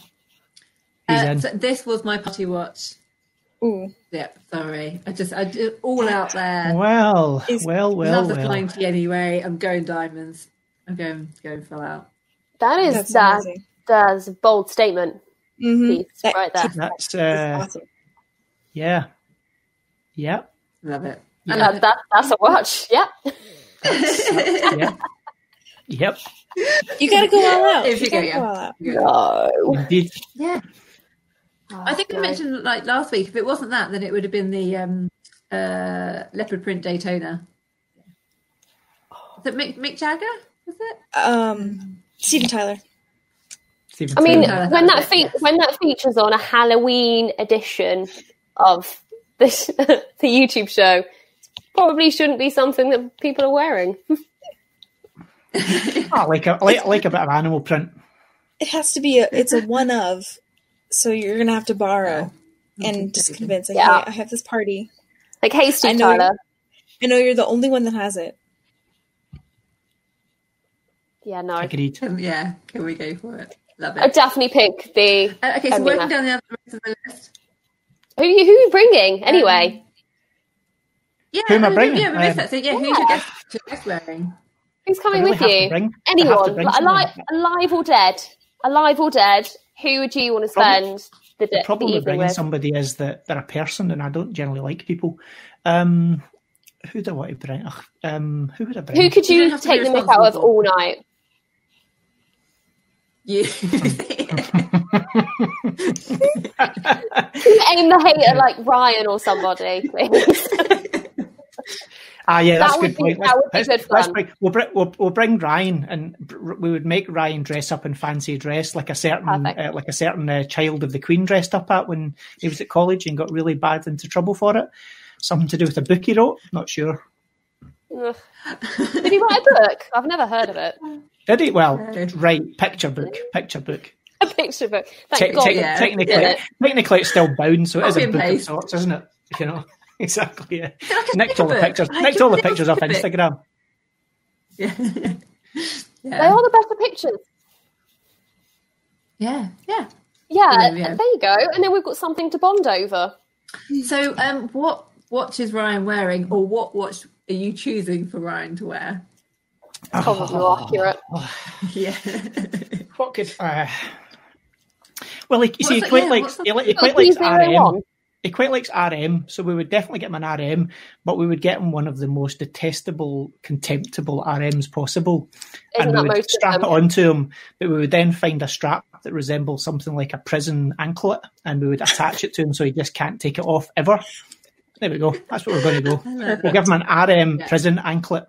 Speaker 1: uh,
Speaker 5: in.
Speaker 1: so this was my party watch.
Speaker 3: Ooh.
Speaker 1: Yep. Sorry. I just I did it all out there.
Speaker 5: well,
Speaker 3: Is-
Speaker 5: well, well,
Speaker 1: Love the
Speaker 5: well.
Speaker 1: Uh, flying tea anyway. I'm going diamonds. I'm going going full out.
Speaker 2: That is
Speaker 3: That's
Speaker 2: that,
Speaker 3: amazing.
Speaker 2: that's a bold statement
Speaker 3: hmm
Speaker 2: piece
Speaker 3: That-
Speaker 2: right there.
Speaker 5: That's
Speaker 3: That's
Speaker 5: uh,
Speaker 3: awesome.
Speaker 5: yeah, yeah,
Speaker 1: Love it. I
Speaker 5: Yeah.
Speaker 1: love
Speaker 2: That,
Speaker 1: it.
Speaker 2: that, that's a watch. Yeah.
Speaker 5: yeah, yep.
Speaker 3: You gotta go all out.
Speaker 1: If you go,
Speaker 3: gotta
Speaker 1: yeah.
Speaker 3: go all out.
Speaker 1: Yeah.
Speaker 2: No.
Speaker 5: Indeed,
Speaker 1: Yeah. I think I mentioned like last week. If it wasn't that, then it would have been the um, uh, leopard print Daytona. Is it Mick, Mick Jagger? Was it?
Speaker 3: Um, Steven Tyler.
Speaker 5: Stephen
Speaker 2: I mean,
Speaker 5: Taylor.
Speaker 1: Yeah.
Speaker 2: when that fe- when that features on a Halloween edition of this the YouTube show, probably shouldn't be something that people are wearing.
Speaker 5: I like a, I like, I like a bit of animal print.
Speaker 3: It has to be a. It's a one of so you're gonna have to borrow and just convince. Like,
Speaker 2: Yeah.
Speaker 3: hey, I have this party.
Speaker 2: Like, hey, Steve
Speaker 3: I know
Speaker 2: Tyler.
Speaker 3: I know you're the only one that has it.
Speaker 2: Yeah, no. I
Speaker 5: Agreed.
Speaker 1: Um, yeah, can we go for it? Love
Speaker 2: would
Speaker 1: it.
Speaker 2: definitely pick the who
Speaker 1: Uh, okay, so
Speaker 2: I'd be
Speaker 1: working
Speaker 2: mad.
Speaker 1: down the other rest of the list.
Speaker 2: are you, who are you bringing
Speaker 1: Um,
Speaker 2: anyway.
Speaker 1: Yeah,
Speaker 5: Who am I
Speaker 1: we-
Speaker 5: bringing?
Speaker 1: Yeah, we missed
Speaker 5: Um,
Speaker 1: that. So yeah, who's your guest, your guest wearing?
Speaker 2: Who's coming
Speaker 5: I really
Speaker 2: with
Speaker 5: have to
Speaker 2: you?
Speaker 5: bring- I have to
Speaker 2: Anyone,
Speaker 5: bring
Speaker 2: Like,
Speaker 5: someone.
Speaker 2: alive, alive or dead? Alive or dead? Who do you want to
Speaker 5: Probably-
Speaker 2: spend the,
Speaker 5: The
Speaker 2: d- the
Speaker 5: problem with
Speaker 2: evening
Speaker 5: bringing
Speaker 2: with?
Speaker 5: somebody is that they're a person, and I don't generally like people. Um, who do I want to bring? Ugh, um, who would I bring?
Speaker 2: Who could
Speaker 1: You
Speaker 2: you,
Speaker 1: don't have to
Speaker 2: take
Speaker 1: be
Speaker 2: the mick out of
Speaker 1: responsible.
Speaker 2: all night?
Speaker 1: You.
Speaker 2: Who aim the hate at like Ryan or somebody? please?
Speaker 5: Ah, yeah, that's
Speaker 2: That
Speaker 5: a
Speaker 2: would
Speaker 5: good
Speaker 2: be-
Speaker 5: point.
Speaker 2: that would be good fun.
Speaker 5: bring, we'll, bring, we'll, we'll bring Ryan, and br- we would make Ryan dress up in fancy dress, like a certain
Speaker 2: Perfect.
Speaker 5: uh, like a certain uh, child of the Queen dressed up at when he was at college and got really bad into trouble for it. Something to do with a book he wrote. Not sure.
Speaker 2: Ugh. Did he write a book? I've never heard of it.
Speaker 5: Did he? Well,
Speaker 1: Right.
Speaker 5: right. Picture book. Picture book.
Speaker 2: A picture book. Thank
Speaker 5: Te-
Speaker 2: God.
Speaker 5: te-
Speaker 1: yeah.
Speaker 5: technically,
Speaker 2: Yeah.
Speaker 5: technically, it's still bound, so it is
Speaker 1: Copy
Speaker 5: a
Speaker 1: and
Speaker 5: book of
Speaker 1: paste.
Speaker 5: sorts, isn't it? You know, exactly. Yeah.
Speaker 1: I just make
Speaker 5: Nicked
Speaker 1: a
Speaker 5: all the
Speaker 1: book?
Speaker 5: pictures.
Speaker 1: I
Speaker 5: Nicked
Speaker 1: just
Speaker 5: all the
Speaker 1: make a
Speaker 5: pictures off
Speaker 1: book.
Speaker 5: Instagram.
Speaker 1: Yeah.
Speaker 2: They
Speaker 1: yeah.
Speaker 2: are the better pictures.
Speaker 1: yeah, yeah.
Speaker 2: Yeah,
Speaker 1: Yeah.
Speaker 2: there you go. And then we've got something to bond over.
Speaker 1: So, um, what watch is Ryan wearing, or what watch are you choosing for Ryan to wear?
Speaker 5: Oh.
Speaker 2: Probably accurate.
Speaker 1: Yeah,
Speaker 5: What could? Uh, well, he, you see, he
Speaker 1: What's
Speaker 5: quite
Speaker 1: that- yeah,
Speaker 5: likes
Speaker 1: what's that-
Speaker 5: he, li- he
Speaker 2: Got
Speaker 5: quite likes RM.
Speaker 2: 301.
Speaker 5: He quite likes RM, so we would definitely get him an RM, but we would get him one of the most detestable, contemptible RMs possible,
Speaker 2: Isn't
Speaker 5: and
Speaker 2: that
Speaker 5: we would
Speaker 2: most
Speaker 5: strap
Speaker 2: of
Speaker 5: it
Speaker 2: them?
Speaker 5: onto him. But we would then find a strap that resembles something like a prison anklet, and we would attach it to him so he just can't take it off ever. There we go. That's what we're going to go.
Speaker 1: love
Speaker 5: We'll give him an RM
Speaker 1: Yeah.
Speaker 5: prison anklet.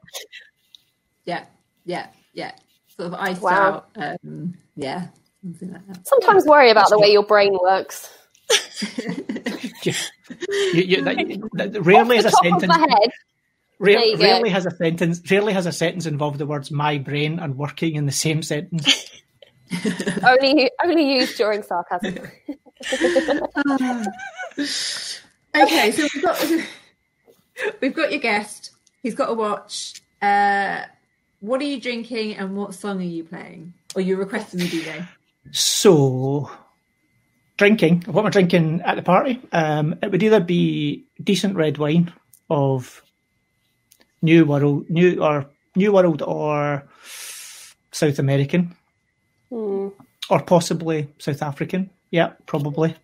Speaker 1: yeah, yeah, yeah. Sort of iced
Speaker 2: Wow.
Speaker 1: out. Um, yeah, something like that.
Speaker 2: Sometimes worry about the way your brain works.
Speaker 5: You, you, that, that- rarely is
Speaker 2: the
Speaker 5: a
Speaker 2: top of
Speaker 5: sentence.
Speaker 2: my head.
Speaker 5: Rare-
Speaker 2: There you go.
Speaker 5: rarely has a sentence rarely has a sentence involved the words my brain and working in the same sentence.
Speaker 2: Only only used during sarcasm.
Speaker 1: Okay, so we've got we've got your guest. He's got a watch. Uh, what are you drinking, and what song are you playing? Or you requesting the DJ?
Speaker 5: So drinking. What am I drinking at the party? Um, it would either be decent red wine of New World New or New World or South American. Or possibly South African. Yeah, probably.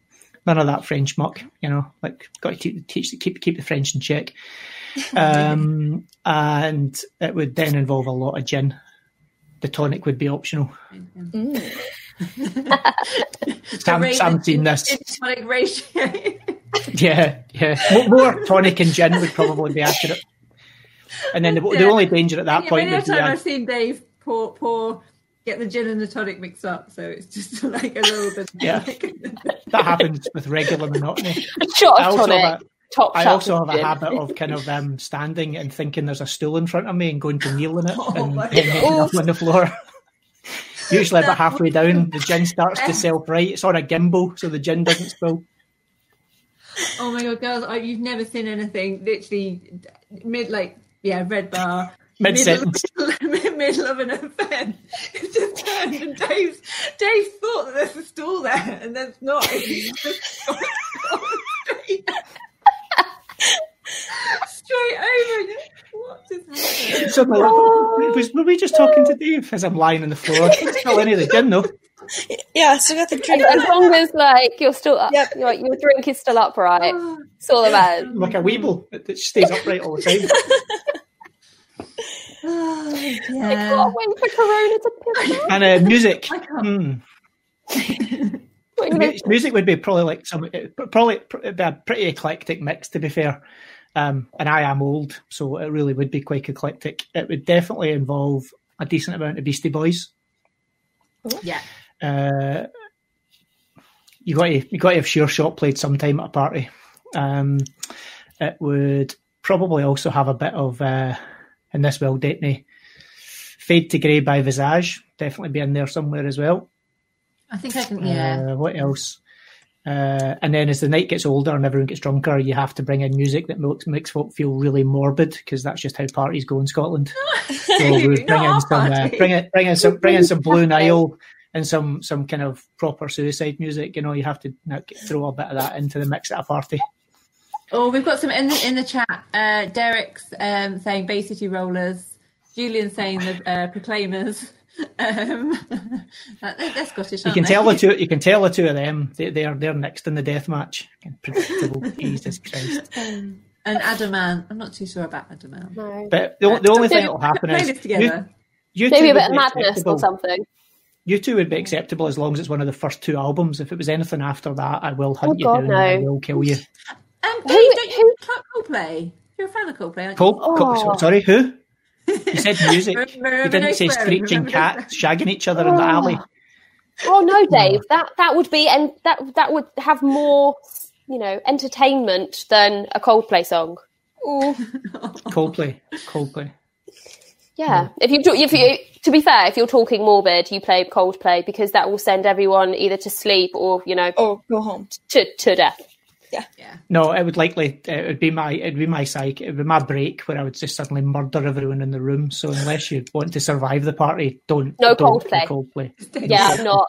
Speaker 5: None of that French muck, you know, like got to keep, teach, keep keep the French in check. Um, and it would then involve a lot of gin. The tonic would be optional. Sam,
Speaker 1: Raven-
Speaker 5: Sam's seen this.
Speaker 1: Tonic ratio.
Speaker 5: Yeah, yeah. More, more tonic and gin would probably be accurate. And then the, the only danger at that
Speaker 1: Yeah,
Speaker 5: point
Speaker 1: many a
Speaker 5: would be
Speaker 1: time
Speaker 5: uh,
Speaker 1: I've seen Dave pour pour get the gin and the tonic mixed up, so it's just like a little bit.
Speaker 5: Yeah. that happens with regular monotony.
Speaker 2: Shot
Speaker 5: I
Speaker 2: of
Speaker 5: also
Speaker 2: tonic.
Speaker 5: have a-
Speaker 2: top
Speaker 5: I
Speaker 2: shot
Speaker 5: also
Speaker 2: of
Speaker 5: have a
Speaker 2: gin.
Speaker 5: habit of kind of um, standing and thinking there's a stool in front of me and going to kneel in it and
Speaker 1: Oh my
Speaker 5: then ending up on the floor. Usually about halfway down, the gin starts to
Speaker 1: Yes.
Speaker 5: self right. It's on a gimbal, so the gin doesn't spill.
Speaker 1: oh my god, girls, I, you've never seen anything literally mid like yeah red bar.
Speaker 5: Mid sentence.
Speaker 1: middle, middle of an event, it just turned and Dave, Dave thought that there's a stool there, and there's not. It's just gone- gone straight, straight over. What just happened?
Speaker 5: Suddenly,
Speaker 1: Oh.
Speaker 5: was, were we just talking to Dave as I'm lying on the floor? Still any of the gin though.
Speaker 3: Yeah, I still got the drink.
Speaker 2: as long as like you're still up,
Speaker 3: Yep.
Speaker 2: your, your drink is still upright. It's all about.
Speaker 5: like a
Speaker 1: Mm.
Speaker 5: weeble that it stays upright all the time.
Speaker 1: Oh,
Speaker 2: I
Speaker 1: yeah.
Speaker 2: can't wait for Corona to pick up.
Speaker 5: And uh, music,
Speaker 1: I can't.
Speaker 5: hmm,
Speaker 2: What are you
Speaker 5: mu-
Speaker 2: gonna-
Speaker 5: music would be probably like some it- probably pr- it'd be a pretty eclectic mix to be fair. Um, and I am old, so it really would be quite eclectic. It would definitely involve a decent amount of Beastie Boys.
Speaker 1: Yeah.
Speaker 5: Uh, you got to you got to have Sure Shot played sometime at a party. Um, it would probably also have a bit of, uh, and this will date me, Fade to Grey by Visage. Definitely be in there somewhere as well.
Speaker 1: I think I can. Yeah.
Speaker 5: Uh, what else? Uh, and then as the night gets older and everyone gets drunker, you have to bring in music that makes, makes folk feel really morbid because that's just how parties go in Scotland. So we would bring in
Speaker 1: Not
Speaker 5: some, uh,
Speaker 1: party.
Speaker 5: bring in, bring in some, bring in some Blue Nile and some some kind of proper suicide music. You know, you have to now get- throw a bit of that into the mix at a party.
Speaker 1: Oh, we've got some in the in the chat. Uh, Derek's um, saying Bay City Rollers. Julian's saying the uh, Proclaimers. Um, that- they're Scottish.
Speaker 5: You
Speaker 1: aren't
Speaker 5: can
Speaker 1: they?
Speaker 5: tell the two. You can tell the two of them. They, they are they're next in the death match. Predictable. Jesus Christ.
Speaker 1: And Adamant. I'm not too sure about Adamant.
Speaker 2: No.
Speaker 5: But the, the only thing
Speaker 1: Maybe
Speaker 5: that will happen
Speaker 1: play
Speaker 5: is
Speaker 1: this together.
Speaker 5: You, you two
Speaker 2: Maybe a
Speaker 5: would
Speaker 2: bit of
Speaker 5: be
Speaker 2: madness or
Speaker 5: acceptable.
Speaker 2: something.
Speaker 5: You two would be acceptable as long as it's one of the first two albums. If it was anything after that, I will hunt you
Speaker 2: Oh, God,
Speaker 5: down. And I
Speaker 2: no.
Speaker 5: will kill you.
Speaker 1: Um,
Speaker 2: Who-
Speaker 1: Kate, don't you
Speaker 2: who-
Speaker 1: like Coldplay? You're a fan of Coldplay, aren't you?
Speaker 5: Col- Col- so-
Speaker 2: Oh.
Speaker 5: sorry, who? You said music.
Speaker 1: Remember
Speaker 5: you didn't
Speaker 1: no
Speaker 5: say
Speaker 1: swearing,
Speaker 5: screeching
Speaker 1: remember no
Speaker 5: cats shagging each other in the
Speaker 2: Oh.
Speaker 5: alley.
Speaker 2: Oh no, Dave, that that would be and that that would have more, you know, entertainment than a Coldplay song.
Speaker 3: Ooh.
Speaker 2: Oh.
Speaker 5: Coldplay. Coldplay.
Speaker 2: Yeah, Hmm. if you if you to be fair, if you're talking morbid, you play Coldplay because that will send everyone either to sleep or you know
Speaker 3: Oh, go home.
Speaker 2: to to death.
Speaker 1: Yeah.
Speaker 5: No, it would likely it would be my it'd be my psych it would be my break where I would just suddenly murder everyone in the room. So unless you want to survive the party, don't
Speaker 2: No
Speaker 5: don't do
Speaker 2: Coldplay.
Speaker 5: Coldplay.
Speaker 2: Yeah, I'm not.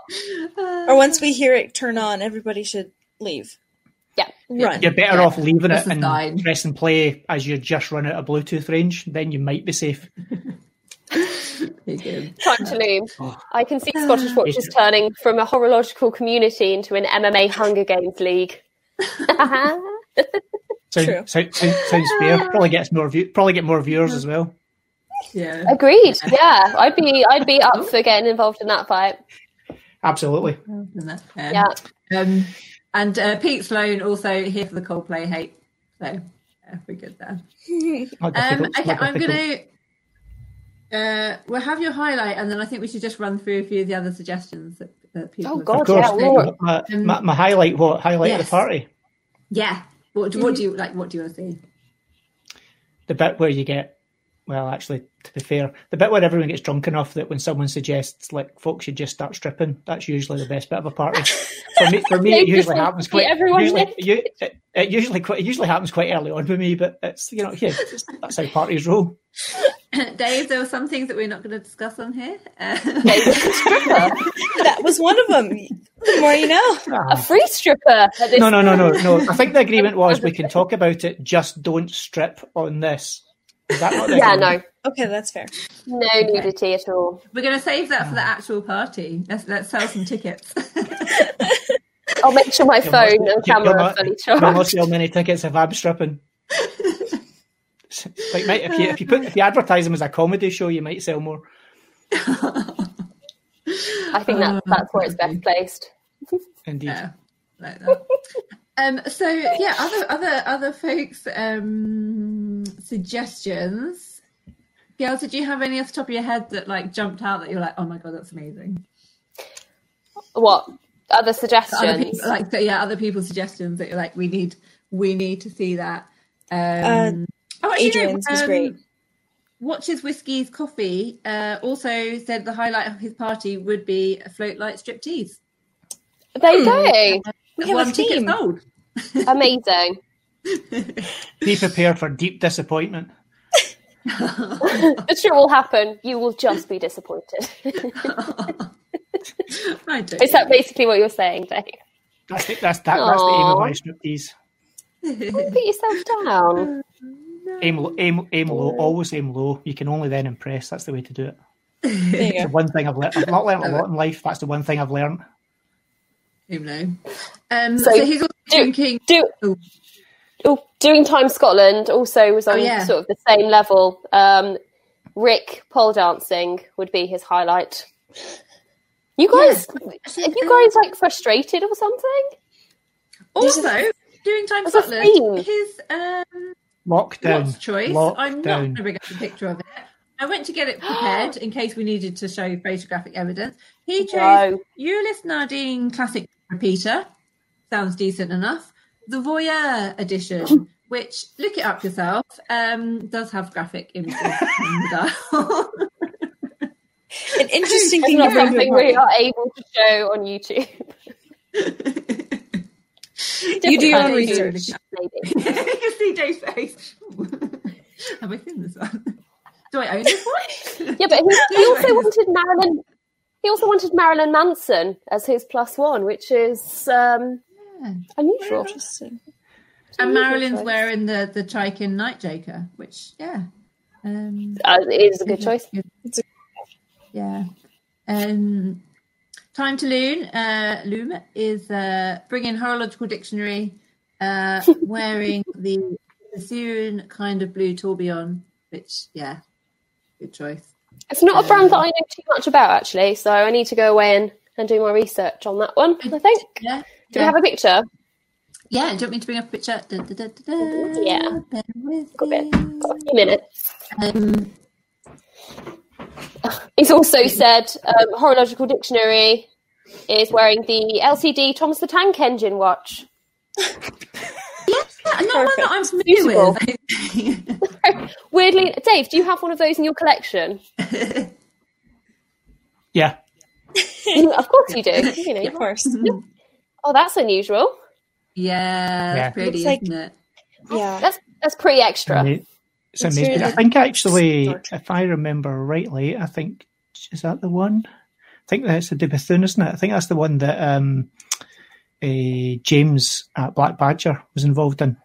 Speaker 3: Or once we hear it turn on, everybody should leave.
Speaker 2: Yeah.
Speaker 3: Run.
Speaker 5: You're better
Speaker 1: Yeah.
Speaker 5: off leaving
Speaker 1: This
Speaker 5: it
Speaker 1: is
Speaker 5: and
Speaker 1: dying.
Speaker 5: press and play as you just run out of Bluetooth range. Then you might be safe.
Speaker 2: Time to leave. I can see Scottish Watchers turning from a horological community into an MMA Hunger Games league.
Speaker 3: True.
Speaker 5: Sound, sound, sound, sounds fair. Probably gets more view, probably get more viewers
Speaker 1: Mm-hmm.
Speaker 5: as well.
Speaker 1: Yeah.
Speaker 2: Agreed. Yeah, I'd be I'd be up for getting involved in that fight.
Speaker 5: Absolutely.
Speaker 1: Um,
Speaker 2: Yeah.
Speaker 1: Um, and uh, Pete Sloan also here for the Coldplay hate. So yeah, we're good there.
Speaker 5: Not
Speaker 1: Um,
Speaker 5: difficult,
Speaker 1: okay,
Speaker 5: not
Speaker 1: I'm
Speaker 5: difficult.
Speaker 1: going to. Uh, we'll have your highlight, and then I think we should just run through a few of the other suggestions that, that people.
Speaker 2: Oh,
Speaker 1: have
Speaker 2: God,
Speaker 5: Of course,
Speaker 2: yeah, Laura.
Speaker 5: my,
Speaker 1: Um,
Speaker 5: my, my highlight. What highlight of
Speaker 1: yes.
Speaker 5: the party?
Speaker 1: Yeah. What, do- what do you like? What do you want to see?
Speaker 5: the bit where you get well actually to be fair the bit where everyone gets drunk enough that when someone suggests like folks should just start stripping that's usually the best bit of a party for me for me it
Speaker 2: They just
Speaker 5: usually
Speaker 2: want
Speaker 5: happens
Speaker 2: to see
Speaker 5: quite
Speaker 2: everyone
Speaker 5: usually,
Speaker 2: naked.
Speaker 5: you, it, it usually quite it usually happens quite early on with me but it's you know yeah it's- that's how parties roll
Speaker 1: Dave, there were some things that we're not going to discuss on here. Uh,
Speaker 3: That was one of them. The more you know.
Speaker 2: A free stripper. At this
Speaker 5: no no no no no i think the agreement was we can talk about it just don't strip on this is that not the
Speaker 2: Yeah,
Speaker 5: agreement?
Speaker 2: no,
Speaker 3: Okay, that's fair.
Speaker 2: no nudity at all.
Speaker 1: we're going to save that for the actual party. Let's let's sell some tickets.
Speaker 2: I'll make sure my
Speaker 5: You'll
Speaker 2: phone
Speaker 5: not-
Speaker 2: and
Speaker 5: you'll
Speaker 2: camera are
Speaker 5: not-
Speaker 2: fully
Speaker 5: you'll not
Speaker 2: charged.
Speaker 5: sell many tickets if I'm stripping. It's like, mate, if you if you put if you advertise them as a comedy show, you might sell more.
Speaker 2: I think
Speaker 1: Ah,
Speaker 2: that that's where it's best placed.
Speaker 5: Indeed.
Speaker 1: Yeah, like that. um, so yeah, other other other folks' um, suggestions. Gail, did you have any off the top of your head that like jumped out that you're like, oh my god, that's amazing?
Speaker 2: What other
Speaker 1: Other
Speaker 2: suggestions?
Speaker 1: people, like that- yeah, other people's suggestions that you're like, we need we need to see that.
Speaker 3: Uh,
Speaker 1: Um, oh, actually, no,
Speaker 3: Adrian's was
Speaker 1: um,
Speaker 3: great.
Speaker 1: Watches Whiskey's Coffee uh, also said the highlight of his party would be a float light striptease.
Speaker 2: there you go.
Speaker 3: We have a
Speaker 1: One ticket
Speaker 3: theme.
Speaker 1: sold. Hmm.
Speaker 2: Amazing.
Speaker 5: Be prepared for deep disappointment.
Speaker 2: The shit will happen. You will just be disappointed.
Speaker 1: I do.
Speaker 2: Is that basically what you're saying, Dave?
Speaker 5: That's the, that's that, that's the aim of my striptease.
Speaker 2: Put yourself down.
Speaker 5: Aim low, aim aim low. Always aim low. You can only then impress. That's the way to do it.
Speaker 3: There you go.
Speaker 5: The one thing I've learned. I've not learned a lot in life. That's the one thing I've learned.
Speaker 1: Who knows? Um, so,
Speaker 2: So-
Speaker 1: he's also
Speaker 2: Do-
Speaker 1: thinking.
Speaker 2: Do
Speaker 1: Oh.
Speaker 2: oh, doing time Scotland also was on
Speaker 1: yeah.
Speaker 2: sort of the same level. Um, Rick pole dancing would be his highlight. You guys, are you guys like frustrated or something?
Speaker 1: Also, doing time
Speaker 2: There's a theme.
Speaker 1: Scotland. His um,
Speaker 5: Lockdown.
Speaker 1: watch choice. I'm not going
Speaker 5: Lockdown.
Speaker 1: to bring up a picture of it. I went to get it prepared in case we needed to show photographic evidence. He chose
Speaker 2: No.
Speaker 1: Ulyss Nardine Classic Repeater. Sounds decent enough. The Voyeur edition, which look it up yourself, um, does have graphic images.
Speaker 3: An interesting
Speaker 2: It's
Speaker 3: thing to
Speaker 2: not
Speaker 3: bring to a
Speaker 2: something we
Speaker 3: party.
Speaker 2: are able to show on YouTube.
Speaker 3: You do your own
Speaker 2: Different kind of
Speaker 3: research.
Speaker 2: maybe.
Speaker 1: you can see Joe's face. Have I seen this one? Do I own this one?
Speaker 2: Yeah, but he, he also
Speaker 1: Anyways.
Speaker 2: wanted Marilyn. He also wanted Marilyn Manson as his plus one, which is um,
Speaker 1: Yeah.
Speaker 2: unusual.
Speaker 3: Interesting.
Speaker 1: And
Speaker 2: Unusual
Speaker 1: Marilyn's
Speaker 2: choice.
Speaker 1: wearing the the Trikin night joker, which yeah, um,
Speaker 2: Uh, it is a good choice.
Speaker 3: It's a-
Speaker 1: yeah. Um, time to loon. Uh, loom is uh, bringing horological dictionary, uh, wearing the Zune kind of blue tourbillon, which yeah, good choice.
Speaker 2: It's not a brand that I know too much about actually, so I need to go away and, and do my research on that one. I think.
Speaker 1: Yeah.
Speaker 2: Do
Speaker 1: yeah.
Speaker 2: we have a picture?
Speaker 1: Yeah, do you want me to bring up a picture? Da, da, da, da, da.
Speaker 2: Yeah.
Speaker 1: Bear with
Speaker 2: Got a bit.
Speaker 1: me.
Speaker 2: Got a few minutes.
Speaker 1: Um,
Speaker 2: He's also said um, horological dictionary is wearing the LCD Thomas the Tank Engine watch.
Speaker 1: yeah, not one that I'm
Speaker 2: Usable.
Speaker 1: familiar with.
Speaker 2: Weirdly, Dave, do you have one of those in your collection?
Speaker 5: Yeah.
Speaker 2: Mm, of course you do. You know,
Speaker 3: Of course.
Speaker 2: Oh, that's unusual.
Speaker 1: Yeah,
Speaker 5: Yeah.
Speaker 1: that's pretty,
Speaker 3: Looks like-
Speaker 1: isn't it?
Speaker 3: Yeah.
Speaker 2: That's that's pretty extra.
Speaker 5: Ama- It's
Speaker 3: It's
Speaker 5: amazing.
Speaker 3: really-
Speaker 5: I think actually,
Speaker 3: Sorry.
Speaker 5: if I remember rightly, I think is that the one. I think that's the De Bethune, isn't it? I think that's the one that um, eh, James at Black Badger was involved in.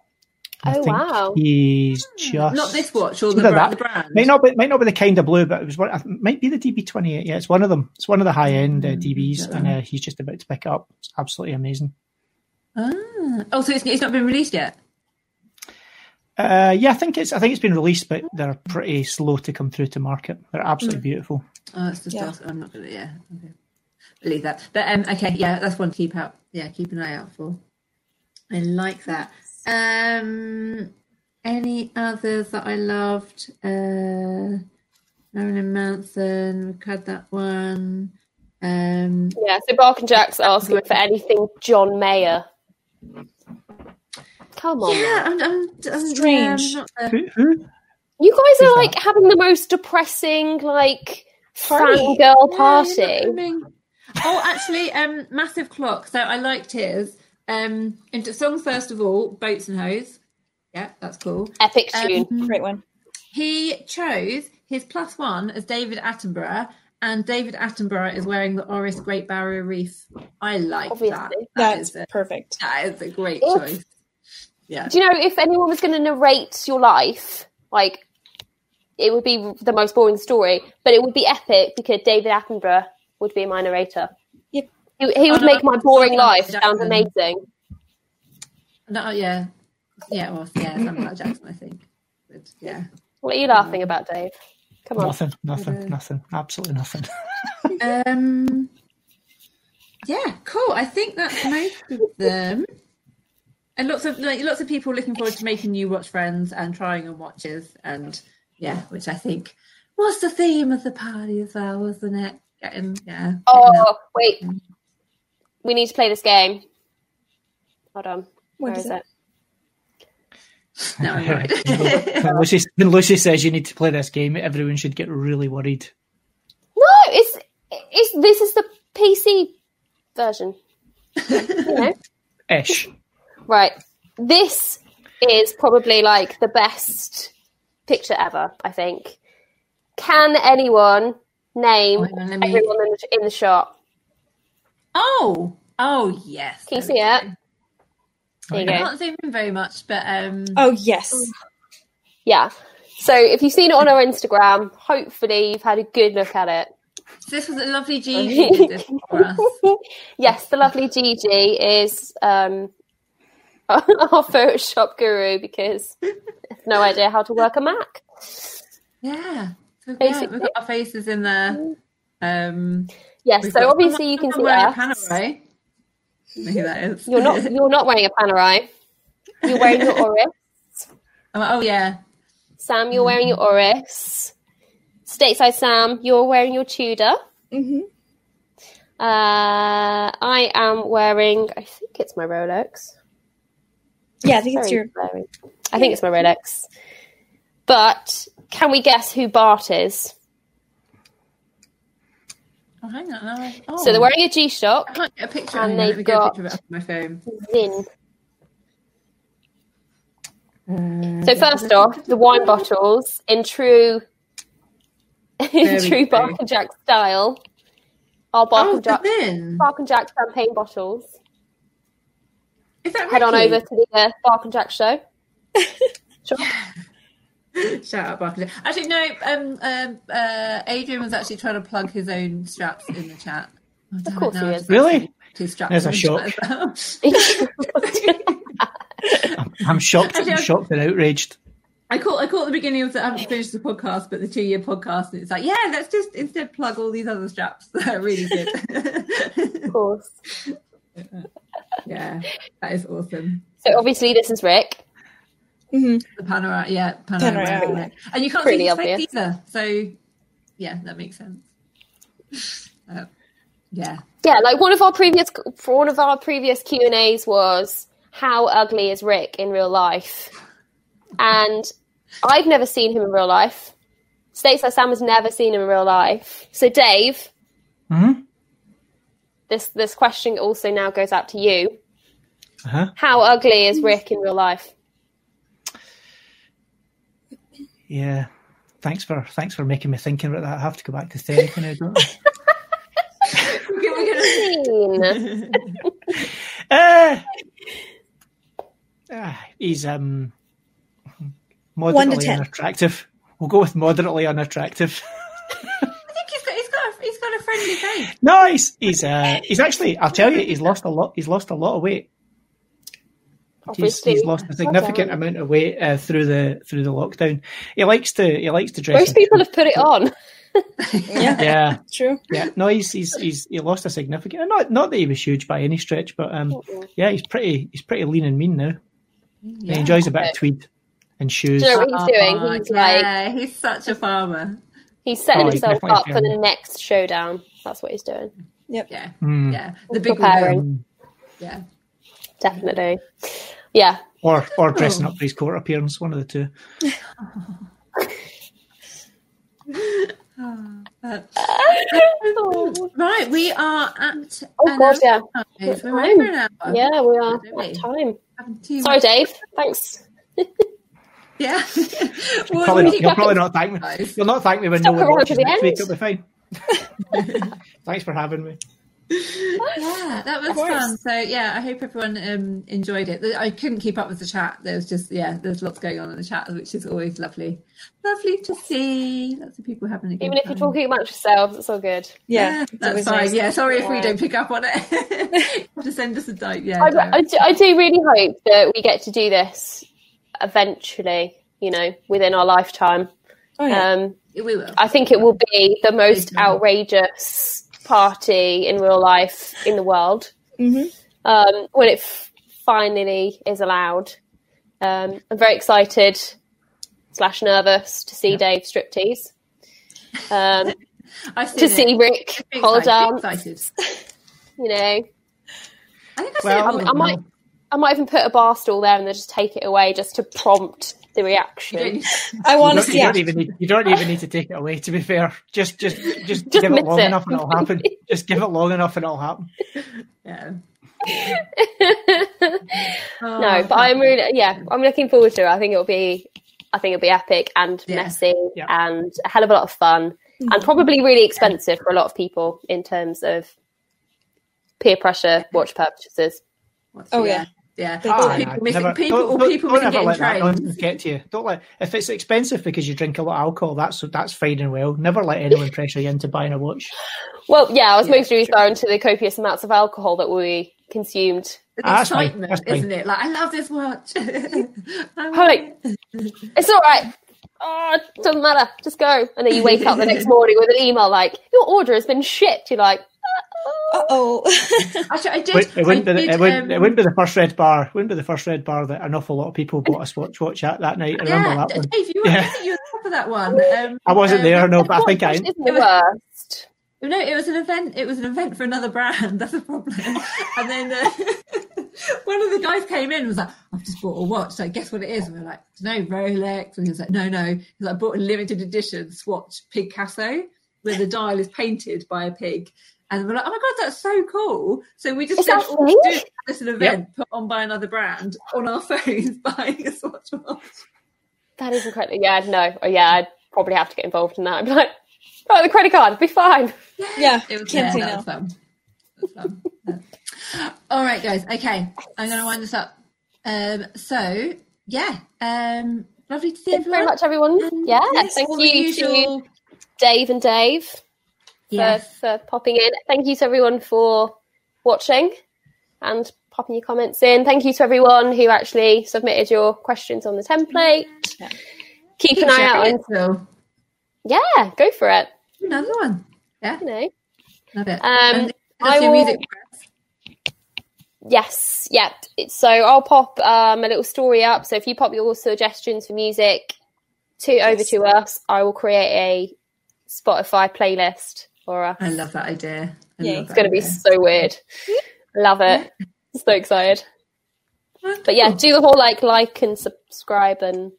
Speaker 5: I
Speaker 2: Oh,
Speaker 5: think
Speaker 2: wow.
Speaker 5: He's just
Speaker 1: Hmm. Not this watch or the
Speaker 5: Either
Speaker 1: brand.
Speaker 5: that-
Speaker 1: The brand.
Speaker 5: Might not be might not be the kind of blue, but it was one. I think- Might be the DB twenty eight. Yeah, it's one of them. It's one of the high end uh,
Speaker 1: Hmm,
Speaker 5: DBs, and uh, he's just about to pick it up. It's absolutely amazing.
Speaker 1: Ah. Oh, so it's, it's not been released yet.
Speaker 5: Uh, yeah, I think it's I think it's been released, but they're pretty slow to come through to market. They're absolutely beautiful.
Speaker 1: Oh, it's the
Speaker 3: Yeah.
Speaker 1: stuff. I'm not gonna. Yeah, okay. leave that. But um, okay, yeah, that's one to keep out. Yeah, keep an eye out for. I like that. Um, any others that I loved? Uh, Marilyn Manson. We've had that one. Um,
Speaker 2: Yeah, so Bark and Jack's asking for anything John Mayer. Come on.
Speaker 1: yeah, I'm, I'm, I'm
Speaker 3: Strange.
Speaker 1: Yeah, I'm not
Speaker 5: Who, who?
Speaker 2: You guys
Speaker 5: Who's
Speaker 2: are
Speaker 5: that?
Speaker 2: like having the most depressing, like
Speaker 3: Party.
Speaker 2: fangirl party.
Speaker 1: Yeah, you're not coming. Oh, actually, um, massive clock. So I liked his um into song first of all, boats and hose. Yeah, that's cool.
Speaker 2: Epic tune.
Speaker 1: Um,
Speaker 3: Great one.
Speaker 1: he chose his plus one as David Attenborough, and David Attenborough is wearing the Oris Great Barrier Reef. I like that.
Speaker 2: Obviously.
Speaker 1: That
Speaker 3: That's
Speaker 1: is a,
Speaker 3: perfect.
Speaker 1: that is a great
Speaker 2: If-
Speaker 1: choice. Yeah.
Speaker 2: Do you know if anyone was going to narrate your life, like it would be the most boring story, but it would be epic because David Attenborough would be my narrator.
Speaker 3: Yep.
Speaker 2: He, he
Speaker 1: Oh,
Speaker 2: would
Speaker 1: no,
Speaker 2: make my boring
Speaker 1: Samuel
Speaker 2: life
Speaker 1: Jackson.
Speaker 2: sound amazing.
Speaker 1: No, yeah. Yeah, well, yeah, Samuel L. Jackson, I think. But, yeah.
Speaker 2: What are you laughing about, Dave? Come on.
Speaker 5: Nothing, nothing,
Speaker 1: Uh,
Speaker 5: nothing, absolutely nothing.
Speaker 1: Um, yeah, cool. I think that's most of them. And lots of like lots of people looking forward to making new watch friends and trying on watches and yeah, which I think was the theme of the party as well, wasn't it? Getting yeah. getting out.
Speaker 2: Oh wait, we need to play this game. Hold on,
Speaker 3: What
Speaker 2: where
Speaker 3: is
Speaker 2: is it?
Speaker 1: No, I'm worried.
Speaker 5: when, Lucy, when Lucy says you need to play this game, everyone should get really worried.
Speaker 2: No, it's it's this is the PC version. you know?
Speaker 5: Ish.
Speaker 2: Right, this is probably like the best picture ever. I think. Can anyone name
Speaker 1: Hang on, let me-
Speaker 2: everyone in the, in the shop?
Speaker 1: oh, oh yes.
Speaker 2: Can you see it? There you
Speaker 1: I
Speaker 2: go.
Speaker 1: can't zoom in very much, but um
Speaker 3: Oh yes.
Speaker 2: Yeah. So if you've seen it on our Instagram, hopefully you've had a good look at it.
Speaker 1: this was a lovely G who did this for us.
Speaker 2: yes, the lovely Gigi is um, our Photoshop guru because I have no idea how to work a Mac.
Speaker 1: Yeah. So great.
Speaker 2: Basically. Mm.
Speaker 1: We've got our faces in there. Um
Speaker 2: Yes,
Speaker 1: We've
Speaker 2: so
Speaker 1: got-
Speaker 2: obviously
Speaker 1: I'm
Speaker 2: you can
Speaker 1: not
Speaker 2: see
Speaker 1: wearing a
Speaker 2: us.
Speaker 1: Panerai. Know who that is.
Speaker 2: You're not you're not wearing a Panerai. You're wearing your Oris.
Speaker 1: I'm like, oh yeah,
Speaker 2: Sam, you're wearing your Oris. Stateside Sam, you're wearing your Tudor.
Speaker 3: Mm-hmm.
Speaker 2: Uh, I am wearing, I think it's my Rolex.
Speaker 3: Yeah, I think it's
Speaker 2: Very
Speaker 3: your
Speaker 2: blurry. I think it's my Rolex. But can we guess who Bart is?
Speaker 1: oh hang on. Oh,
Speaker 2: So they're
Speaker 1: oh.
Speaker 2: wearing a G
Speaker 1: I
Speaker 2: Shock.
Speaker 1: can't get a picture. And
Speaker 2: and
Speaker 1: they Let
Speaker 2: they've
Speaker 1: me get a
Speaker 2: got-
Speaker 1: picture of it off my phone.
Speaker 2: Zin. So first off, the wine bottles in true in
Speaker 1: Very
Speaker 2: true
Speaker 1: true.
Speaker 2: Bark and Jack style are Bark
Speaker 1: Oh,
Speaker 2: and Jack
Speaker 1: they're thin.
Speaker 2: Bark and Jack champagne bottles.
Speaker 1: Is that
Speaker 2: Head on
Speaker 1: Ricky?
Speaker 2: over to the uh, Bark and Jack show. Sure.
Speaker 1: Shout out Barclays. Actually, no. Um, um, uh, Adrian was actually trying to plug his own straps in the chat. Oh, damn it,
Speaker 2: course
Speaker 1: now
Speaker 2: he
Speaker 1: I'm
Speaker 2: is.
Speaker 1: just
Speaker 5: Really?
Speaker 1: actually Two straps.
Speaker 5: There's a
Speaker 1: in the chat as well.
Speaker 5: I'm shocked. I'm
Speaker 1: Actually, I-
Speaker 5: shocked and outraged.
Speaker 1: I caught I caught the beginning of the I haven't finished the podcast, but the two year podcast. And it's like, yeah, let's just instead plug all these other straps. That are really good.
Speaker 2: Of course.
Speaker 1: yeah, that is awesome.
Speaker 2: So obviously this is Rick.
Speaker 3: hmm
Speaker 1: The panorama, yeah, panorama,
Speaker 3: Panorama.
Speaker 1: and you can't
Speaker 2: Pretty
Speaker 1: see his
Speaker 2: obvious.
Speaker 1: face either. So, yeah, that makes sense. Uh, yeah.
Speaker 2: Yeah, like one of our previous for one of our previous Q and A's was how ugly is Rick in real life, and I've never seen him in real life. Stateside Sam has never seen him in real life. So Dave,
Speaker 5: Hmm?
Speaker 2: this this question also now goes out to you.
Speaker 5: Uh-huh.
Speaker 2: How ugly is Rick in real life?
Speaker 5: Yeah. Thanks for thanks for making me thinking about that. I have to go back to therapy now, don't I?
Speaker 1: Okay, we're gonna-
Speaker 2: Mean.
Speaker 5: Uh, ah, he's um moderately
Speaker 3: ten.
Speaker 5: unattractive. We'll go with moderately unattractive.
Speaker 1: think he's got he's got a, he's got a friendly face.
Speaker 5: no, he's he's uh, he's actually. I'll tell you, he's lost a lot. He's lost a lot of weight. He's,
Speaker 2: Obviously,
Speaker 5: he's lost a significant
Speaker 2: Lockdown.
Speaker 5: amount of weight uh, through the through the lockdown. He likes to he likes to dress.
Speaker 2: Most
Speaker 5: in
Speaker 2: people have put it on.
Speaker 3: Yeah,
Speaker 5: yeah,
Speaker 3: true.
Speaker 5: yeah. No, he's he's he's he lost a significant. Not not that he was huge by any stretch, but um, yeah, he's pretty he's pretty lean and mean now. He enjoys a bit of tweed and shoes.
Speaker 2: Do you know what he's
Speaker 1: Oh,
Speaker 2: doing? He's like
Speaker 1: yeah, he's such a farmer.
Speaker 2: he's setting
Speaker 5: Oh, he's
Speaker 2: himself
Speaker 5: definitely
Speaker 2: up for the
Speaker 5: doing
Speaker 2: next showdown. That's what he's doing.
Speaker 1: Yeah,
Speaker 5: Hmm.
Speaker 1: yeah, the big
Speaker 2: Preparing.
Speaker 5: Mm.
Speaker 1: reveal. Yeah,
Speaker 2: Definitely. Yeah.
Speaker 5: Or or dressing up for his court appearance, one of the two.
Speaker 1: Ah, right. We are at
Speaker 2: Oh,
Speaker 1: um,
Speaker 2: God, yeah.
Speaker 1: yeah. We're over an hour.
Speaker 2: Yeah, we are
Speaker 1: Really?
Speaker 2: at time.
Speaker 1: Having too
Speaker 2: Sorry,
Speaker 1: much-
Speaker 2: Dave. Thanks.
Speaker 1: Yeah, Well,
Speaker 5: Probably
Speaker 1: we
Speaker 5: not,
Speaker 1: keep
Speaker 5: you'll
Speaker 1: going.
Speaker 5: probably not thank me.
Speaker 1: Guys.
Speaker 5: You'll not thank me when
Speaker 2: Stick
Speaker 5: no one
Speaker 2: around
Speaker 5: watches
Speaker 2: to the
Speaker 5: next week.
Speaker 2: end.
Speaker 5: It'll be fine. Thanks for having me.
Speaker 1: Yeah, that was
Speaker 3: course.
Speaker 1: fun. So yeah, I hope everyone um, enjoyed it. I couldn't keep up with the chat. There was just yeah, there's lots going on in the chat, which is always lovely. Lovely to see. Lots of people having a good
Speaker 2: Even if you're
Speaker 1: time.
Speaker 2: talking amongst yourselves, it's all good.
Speaker 3: Yeah, it's
Speaker 1: that's
Speaker 3: always
Speaker 1: fine.
Speaker 3: nice.
Speaker 1: Yeah, sorry if we
Speaker 2: Yeah.
Speaker 1: don't pick up on it. Have to send us a note. Yeah,
Speaker 2: I,
Speaker 1: no.
Speaker 2: I, do, I do really hope that we get to do this eventually, you know, within our lifetime.
Speaker 3: Oh, yeah.
Speaker 1: Uh,
Speaker 2: Um,
Speaker 1: we will.
Speaker 2: I think it will be the most
Speaker 1: Big time.
Speaker 2: outrageous party in real life in the world
Speaker 3: Mhm.
Speaker 2: um, when it f- finally is allowed. Um, I'm very excited slash nervous to see Dave striptease, um,
Speaker 1: I've seen
Speaker 2: to
Speaker 1: it.
Speaker 2: see Rick
Speaker 1: Big
Speaker 2: hold
Speaker 1: excited, big
Speaker 2: dance.
Speaker 1: Excited.
Speaker 2: You know,
Speaker 1: I think I said
Speaker 5: Well,
Speaker 1: it
Speaker 2: I might I might even put a bar stool there and then just take it away just to prompt the reaction.
Speaker 3: I
Speaker 5: You
Speaker 3: want to see.
Speaker 5: don't, you,
Speaker 3: Yeah.
Speaker 5: don't even need, you don't even need to take it away. To be fair, just just just, give
Speaker 2: miss
Speaker 5: it long
Speaker 2: it.
Speaker 5: enough and it'll happen. just give it long enough and it'll happen.
Speaker 1: yeah. Oh,
Speaker 2: no, but I'm really yeah, I'm looking forward to it. I think it'll be I think it'll be epic and
Speaker 1: Yeah.
Speaker 2: messy
Speaker 5: Yeah.
Speaker 2: and a hell of a lot of fun and probably really expensive for a lot of people in terms of peer pressure watch purchases.
Speaker 1: What's-
Speaker 3: Oh, yeah.
Speaker 1: yeah.
Speaker 3: Oh,
Speaker 1: Or
Speaker 5: Ah,
Speaker 1: people
Speaker 5: no,
Speaker 1: missing
Speaker 5: never-
Speaker 1: people,
Speaker 5: don't-
Speaker 1: or
Speaker 5: don't-
Speaker 1: people
Speaker 5: don't
Speaker 1: missing
Speaker 5: ever
Speaker 1: getting
Speaker 5: let that
Speaker 1: trains.
Speaker 5: nonsense get to you. Don't let if it's expensive because you drink a lot of alcohol. That's that's fine and well. Never let anyone pressure you into buying a watch.
Speaker 2: Well, yeah, I was
Speaker 1: Yeah,
Speaker 2: mostly referring to the copious amounts of alcohol that we consumed.
Speaker 1: It's
Speaker 5: Ah, that's fine,
Speaker 1: excitement,
Speaker 5: that's fine.
Speaker 1: isn't it? Like I love this watch. I want
Speaker 2: Holy-
Speaker 1: it.
Speaker 2: It's all right. Oh, it doesn't matter. Just go. And then you wake up the next morning with an email like, your order has been shipped. You're like,
Speaker 3: Uh oh.
Speaker 1: Actually, I did.
Speaker 5: It, it wouldn't
Speaker 1: I
Speaker 5: be the,
Speaker 1: did,
Speaker 5: it, wouldn't,
Speaker 1: um,
Speaker 5: it wouldn't be the first red bar. Wouldn't be the first red bar that an awful lot of people bought a Swatch watch at that night. I remember
Speaker 1: yeah,
Speaker 5: that one.
Speaker 1: Dave, you were,
Speaker 5: Yeah.
Speaker 1: I think you were top of that one. Um,
Speaker 5: I wasn't
Speaker 1: um,
Speaker 5: there, no, but I
Speaker 2: "What?
Speaker 5: think I.
Speaker 2: Isn't the worst.
Speaker 1: No, it was an event. It was an event for another brand. That's a problem. and then uh, one of the guys came in and was like, "I've just bought a watch. Like, guess what it is?" And we are like, "No, Rolex." And he was like, "No, no." He's like, "I bought a limited edition Swatch Picasso." where the dial is painted by a pig. And we're like, oh my god, that's so cool! So we just
Speaker 2: Is that
Speaker 1: did all we
Speaker 2: fake?
Speaker 1: do as an event put on by another brand on our phones, buying a Swatch watch.
Speaker 2: That is incredible. Yeah, no. Oh, yeah, I'd probably have to get involved in that. I'd be like, right, the credit card, be fine.
Speaker 3: Yeah,
Speaker 1: It was
Speaker 3: can't
Speaker 1: yeah,
Speaker 3: say
Speaker 1: that
Speaker 3: no.
Speaker 1: was fun. That was fun. All right, guys. Okay, I'm going to wind this up. Um, so yeah, um, lovely to see
Speaker 2: Thank you
Speaker 1: everyone.
Speaker 2: very much, everyone.
Speaker 1: And
Speaker 2: yeah,
Speaker 1: yes,
Speaker 2: thank
Speaker 1: all the
Speaker 2: you to
Speaker 1: usual-
Speaker 2: Dave and Dave
Speaker 1: Yes.
Speaker 2: for, for popping in. Thank you to everyone for watching and popping your comments in. Thank you to everyone who actually submitted your questions on the template. Keep an eye out on.
Speaker 1: So,
Speaker 2: Yeah, go for it.
Speaker 1: another one. Yeah,
Speaker 2: You know.
Speaker 1: love it.
Speaker 2: Um,
Speaker 1: and
Speaker 2: I
Speaker 1: I
Speaker 2: will-
Speaker 1: music press.
Speaker 2: Yes, yeah. It's- So I'll pop um, a little story up. So if you pop your suggestions for music to over to us, I will create a Spotify playlist for us.
Speaker 1: I love that idea. I
Speaker 3: Yeah,
Speaker 1: love
Speaker 3: it's
Speaker 2: It's going to be so weird. Love it. So excited.
Speaker 1: be.
Speaker 2: But yeah, do the whole like like and subscribe and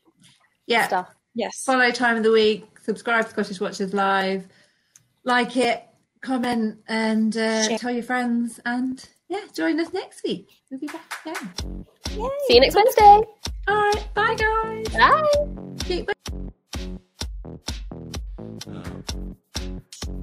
Speaker 1: yeah.
Speaker 2: stuff.
Speaker 3: Yes.
Speaker 1: Follow time of the week. Subscribe to Scottish Watchers Live. Like it. Comment and uh,
Speaker 3: Share.
Speaker 1: tell your friends. And yeah, join us next week. We'll be back again.
Speaker 2: See you next Wednesday.
Speaker 1: All right. Bye, guys.
Speaker 2: Bye.
Speaker 1: Keep